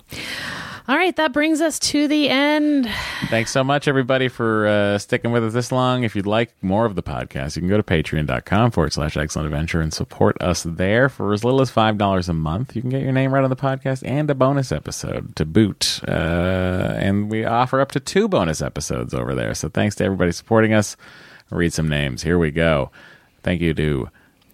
Speaker 3: All right, that brings us to the end.
Speaker 2: Thanks so much, everybody, for uh, sticking with us this long. If you'd like more of the podcast, you can go to patreon.com forward slash excellent adventure and support us there for as little as $5 a month. You can get your name right on the podcast and a bonus episode to boot. Uh, and we offer up to two bonus episodes over there. So thanks to everybody supporting us. I'll read some names. Here we go. Thank you to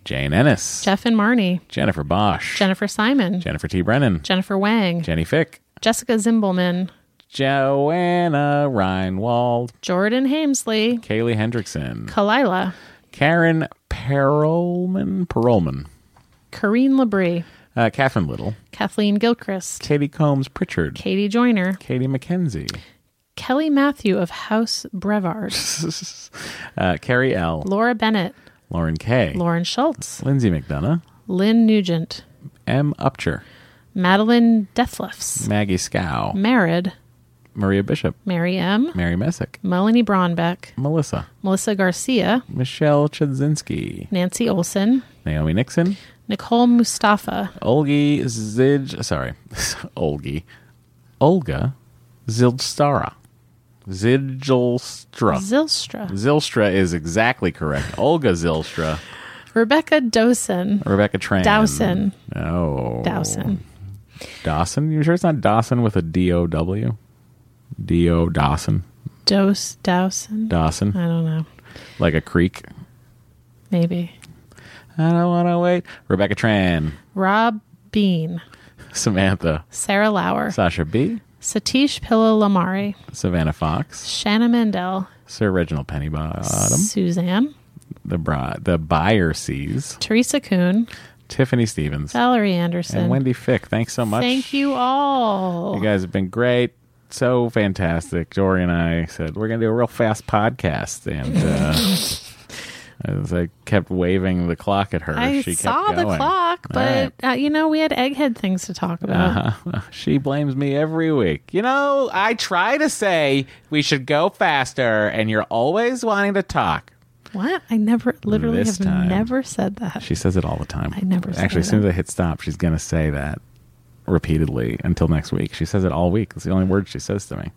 Speaker 2: Jane Ennis,
Speaker 3: Jeff and Marnie,
Speaker 2: Jennifer Bosch,
Speaker 3: Jennifer Simon,
Speaker 2: Jennifer T. Brennan,
Speaker 3: Jennifer Wang,
Speaker 2: Jenny Fick,
Speaker 3: Jessica Zimbelman,
Speaker 2: Joanna Reinwald,
Speaker 3: Jordan Hamesley,
Speaker 2: Kaylee Hendrickson,
Speaker 3: Kalila,
Speaker 2: Karen Perelman, Perelman,
Speaker 3: Kareen Labrie,
Speaker 2: uh, Catherine Little,
Speaker 3: Kathleen Gilchrist,
Speaker 2: Katie Combs Pritchard,
Speaker 3: Katie Joyner,
Speaker 2: Katie McKenzie,
Speaker 3: Kelly Matthew of House Brevard,
Speaker 2: uh, Carrie L,
Speaker 3: Laura Bennett,
Speaker 2: Lauren K,
Speaker 3: Lauren Schultz,
Speaker 2: Lindsay McDonough,
Speaker 3: Lynn Nugent,
Speaker 2: M. Upcher,
Speaker 3: Madeline Deathlefs,
Speaker 2: Maggie Scow,
Speaker 3: Marid,
Speaker 2: Maria Bishop,
Speaker 3: Mary M,
Speaker 2: Mary Messick,
Speaker 3: Melanie Braunbeck,
Speaker 2: Melissa,
Speaker 3: Melissa Garcia,
Speaker 2: Michelle Chudzinski,
Speaker 3: Nancy Olson,
Speaker 2: Naomi Nixon,
Speaker 3: Nicole Mustafa,
Speaker 2: Olgi Zij, sorry, Olgi, Olga Zildstara. Zildjolstra.
Speaker 3: Zilstra,
Speaker 2: Zilstra is exactly correct. Olga Zilstra.
Speaker 3: Rebecca Dosen,
Speaker 2: Rebecca Tran.
Speaker 3: Dowson.
Speaker 2: Oh.
Speaker 3: Dowson,
Speaker 2: Dawson? You sure it's not Dawson with a D O W? D O Dawson.
Speaker 3: Dose Dowson.
Speaker 2: Dawson.
Speaker 3: I don't know.
Speaker 2: Like a creek.
Speaker 3: Maybe
Speaker 2: I don't want to wait. Rebecca Tran.
Speaker 3: Rob Bean,
Speaker 2: Samantha.
Speaker 3: Sarah Lauer,
Speaker 2: Sasha B.
Speaker 3: Satish Pilla Lamari,
Speaker 2: Savannah Fox.
Speaker 3: Shanna Mandel,
Speaker 2: Sir Reginald Pennybottom.
Speaker 3: Suzanne,
Speaker 2: The bride, the buyer sees.
Speaker 3: Teresa Kuhn,
Speaker 2: Tiffany Stevens.
Speaker 3: Valerie Anderson.
Speaker 2: And Wendy Fick. Thanks so much.
Speaker 3: Thank you all.
Speaker 2: You guys have been great. So fantastic. Dory and I said, we're going to do a real fast podcast. And uh, as I kept waving the clock at her,
Speaker 3: I
Speaker 2: she kept
Speaker 3: saw the
Speaker 2: going.
Speaker 3: clock,
Speaker 2: All Uh-huh.
Speaker 3: but uh, you know we had egghead things to talk about.
Speaker 2: right. she blames me every week. You know, I try to say we should go faster, and you're always wanting to talk.
Speaker 3: What? I never, literally,
Speaker 2: This
Speaker 3: have
Speaker 2: time.
Speaker 3: never said that.
Speaker 2: She says it all the time.
Speaker 3: I never say
Speaker 2: Actually, as
Speaker 3: that.
Speaker 2: soon as I hit stop, she's going to say that repeatedly until next week. She says it all week. It's the only word she says to me.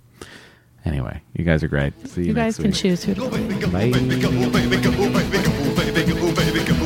Speaker 2: Anyway, you guys are great. See you,
Speaker 3: you guys
Speaker 2: next
Speaker 3: can
Speaker 2: week.
Speaker 3: choose who. to
Speaker 2: Bye.
Speaker 1: baby, go, baby, go, baby, go, baby, go, baby, go.